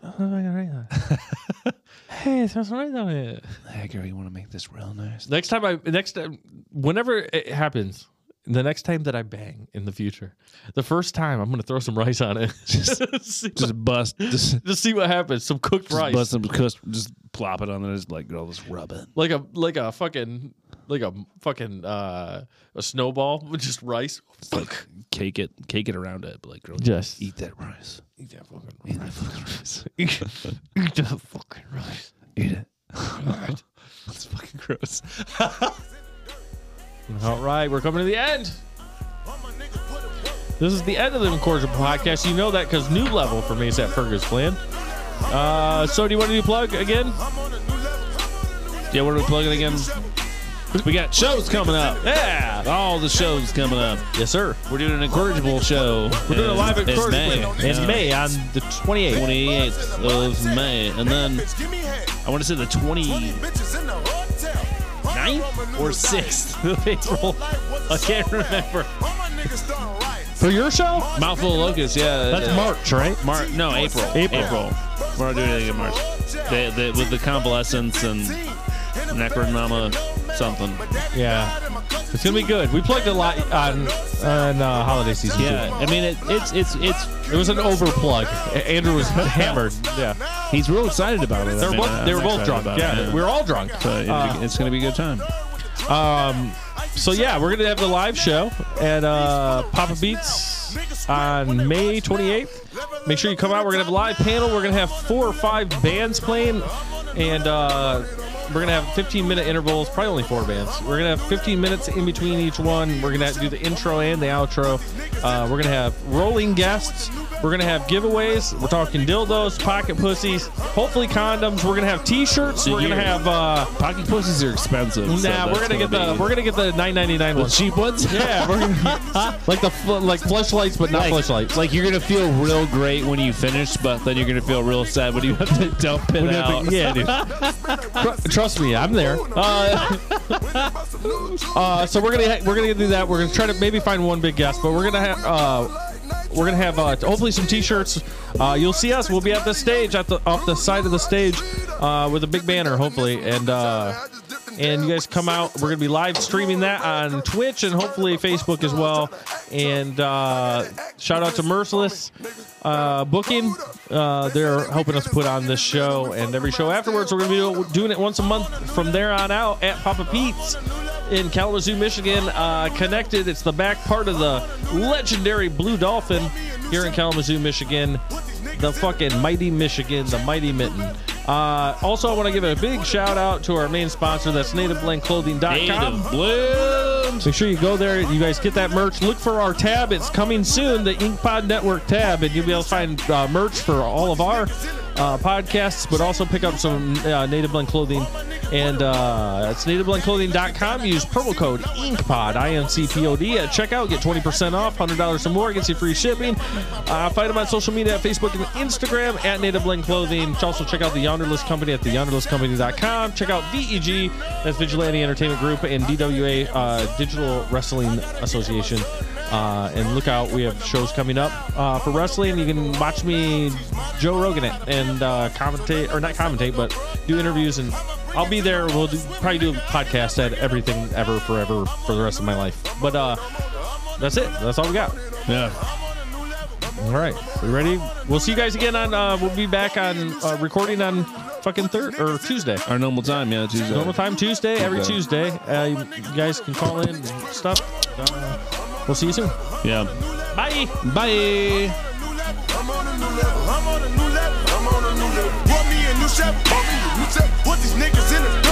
S1: Throw some fucking rice on it. Hey, throw some rice on it.
S2: Hey, girl, you want to make this real nice?
S1: Next time I next time whenever it happens, the next time that I bang in the future, the first time I'm gonna throw some rice on it. just, see,
S2: Just bust. Just, just
S1: just see what happens. Some cooked rice.
S2: bust some crisp. Just plop it on there. Just like, girl, just rub it.
S1: Like a like a fucking like a fucking uh a snowball with just rice.
S2: Like, cake it. Cake it around it. But like, girl,
S1: Just
S2: eat that rice.
S1: eat that fucking
S2: Eat that fucking rice.
S1: eat, eat that fucking rice.
S2: Eat it. That's fucking gross.
S1: All right, we're coming to the end. This is the end of the Incorrigible Podcast. You know that because new level for me is at Fergus Flan. Uh, so do you want to do plug again?
S2: Yeah, where do we plug it again? We got shows coming up.
S1: Yeah.
S2: All the shows coming up.
S1: Yes, sir.
S2: We're doing an incorrigible show.
S1: We're doing a live
S2: in- in
S1: Incorrigible
S2: May.
S1: in
S2: Yeah.
S1: May on the 28th.
S2: 28th of May. And then I want to say the 29th or 6th of April. I can't remember.
S1: For your show?
S2: Mouthful of Locusts, yeah.
S1: That's
S2: yeah.
S1: March, right?
S2: March. No, April.
S1: April.
S2: We're not doing anything in March. They, they, with the convalescence and Necronama something.
S1: Yeah. It's gonna be good. We plugged a lot on on uh, holiday season.
S2: Yeah, I mean, it, it's, it's, it's,
S1: too. it was an overplug. A- Andrew was hammered. Yeah,
S2: he's real excited about it.
S1: they're
S2: I mean,
S1: both
S2: I'm
S1: they were both drunk.
S2: excited about it,
S1: Yeah, we were all drunk.
S2: So it-
S1: Uh,
S2: it's going to be a good time.
S1: Um, so yeah, we're gonna have the live show at uh, Papa Beats on May 28th. Make sure you come out. We're gonna have a live panel. We're gonna have four or five bands playing, and uh, we're gonna have 15 minute intervals. Probably only four bands. We're gonna have 15 minutes in between each one. We're gonna do the intro and the outro. Uh, we're gonna have rolling guests. We're gonna have giveaways. We're talking dildos, pocket pussies, hopefully condoms. We're gonna have T-shirts. We're gonna have. Uh,
S2: Pocket pussies are expensive. so
S1: Nah,
S2: that's
S1: we're gonna get the
S2: be-
S1: we're gonna get the nine ninety nine ones.
S5: Cheap ones?
S1: Yeah, we're gonna
S5: like the fl- like flashlights, but not
S2: Like-
S5: flashlights.
S2: Like you're gonna feel real great when you finish, but then you're gonna feel real sad when you have to dump it out.
S5: yeah, dude. Tr- trust me, I'm there.
S1: uh, uh, so we're gonna ha- we're gonna do that. We're gonna try to maybe find one big guest, but we're gonna have uh, we're gonna have uh, hopefully some T-shirts. Uh, you'll see us. We'll be at the stage at the off the side of the stage uh, with a big banner, hopefully, and. Uh, and you guys come out. We're gonna be live streaming that on Twitch and hopefully Facebook as well. And uh, shout out to Merciless uh, Booking. Uh, they're helping us put on this show and every show afterwards. We're gonna be doing it once a month from there on out at Papa Pete's in Kalamazoo, Michigan. Uh, connected. It's the back part of the legendary Blue Dolphin here in Kalamazoo, Michigan the fucking mighty Michigan, the mighty mitten. Uh, also, I want to give a big shout out to our main sponsor, that's NativeBlendClothing.com.
S2: Native blooms.
S1: Make sure you go there. You guys get that merch. Look for our tab. It's coming soon, the Ink Pod Network tab, and you'll be able to find uh, merch for all of our uh, podcasts, but also pick up some uh, Native Blend clothing. And uh, that's nativeblendclothing.com. Use promo code INCPOD, I N C P O D, at checkout. Get 20% off, $100 or more. Gets you free shipping. Uh, find them on social media at Facebook and Instagram at Native Blend Clothing. Also, check out the Yonderless Company at theyonderlesscompany.com. Check out VEG, that's Vigilante Entertainment Group, and DWA, uh, Digital Wrestling Association. Uh, and look out, we have shows coming up uh, for wrestling. You can watch me, Joe Rogan, it and uh, commentate, or not commentate, but do interviews. And I'll be there. We'll do, probably do a podcast at everything ever, forever, for the rest of my life. But uh, that's it. That's all we got.
S2: Yeah.
S1: All right, we ready? We'll see you guys again on. Uh, we'll be back on uh, recording on fucking third or Tuesday.
S2: Our normal time, yeah, Tuesday.
S1: Normal time Tuesday, every Tuesday. Uh, you you guys can call in and stuff. Uh, we'll see you soon.
S2: Yeah.
S1: Bye.
S2: Bye.
S6: I'm on a new level. I'm on a new level. I'm on a new level. Want me a new chef? Want me a new chef? Put these niggas in the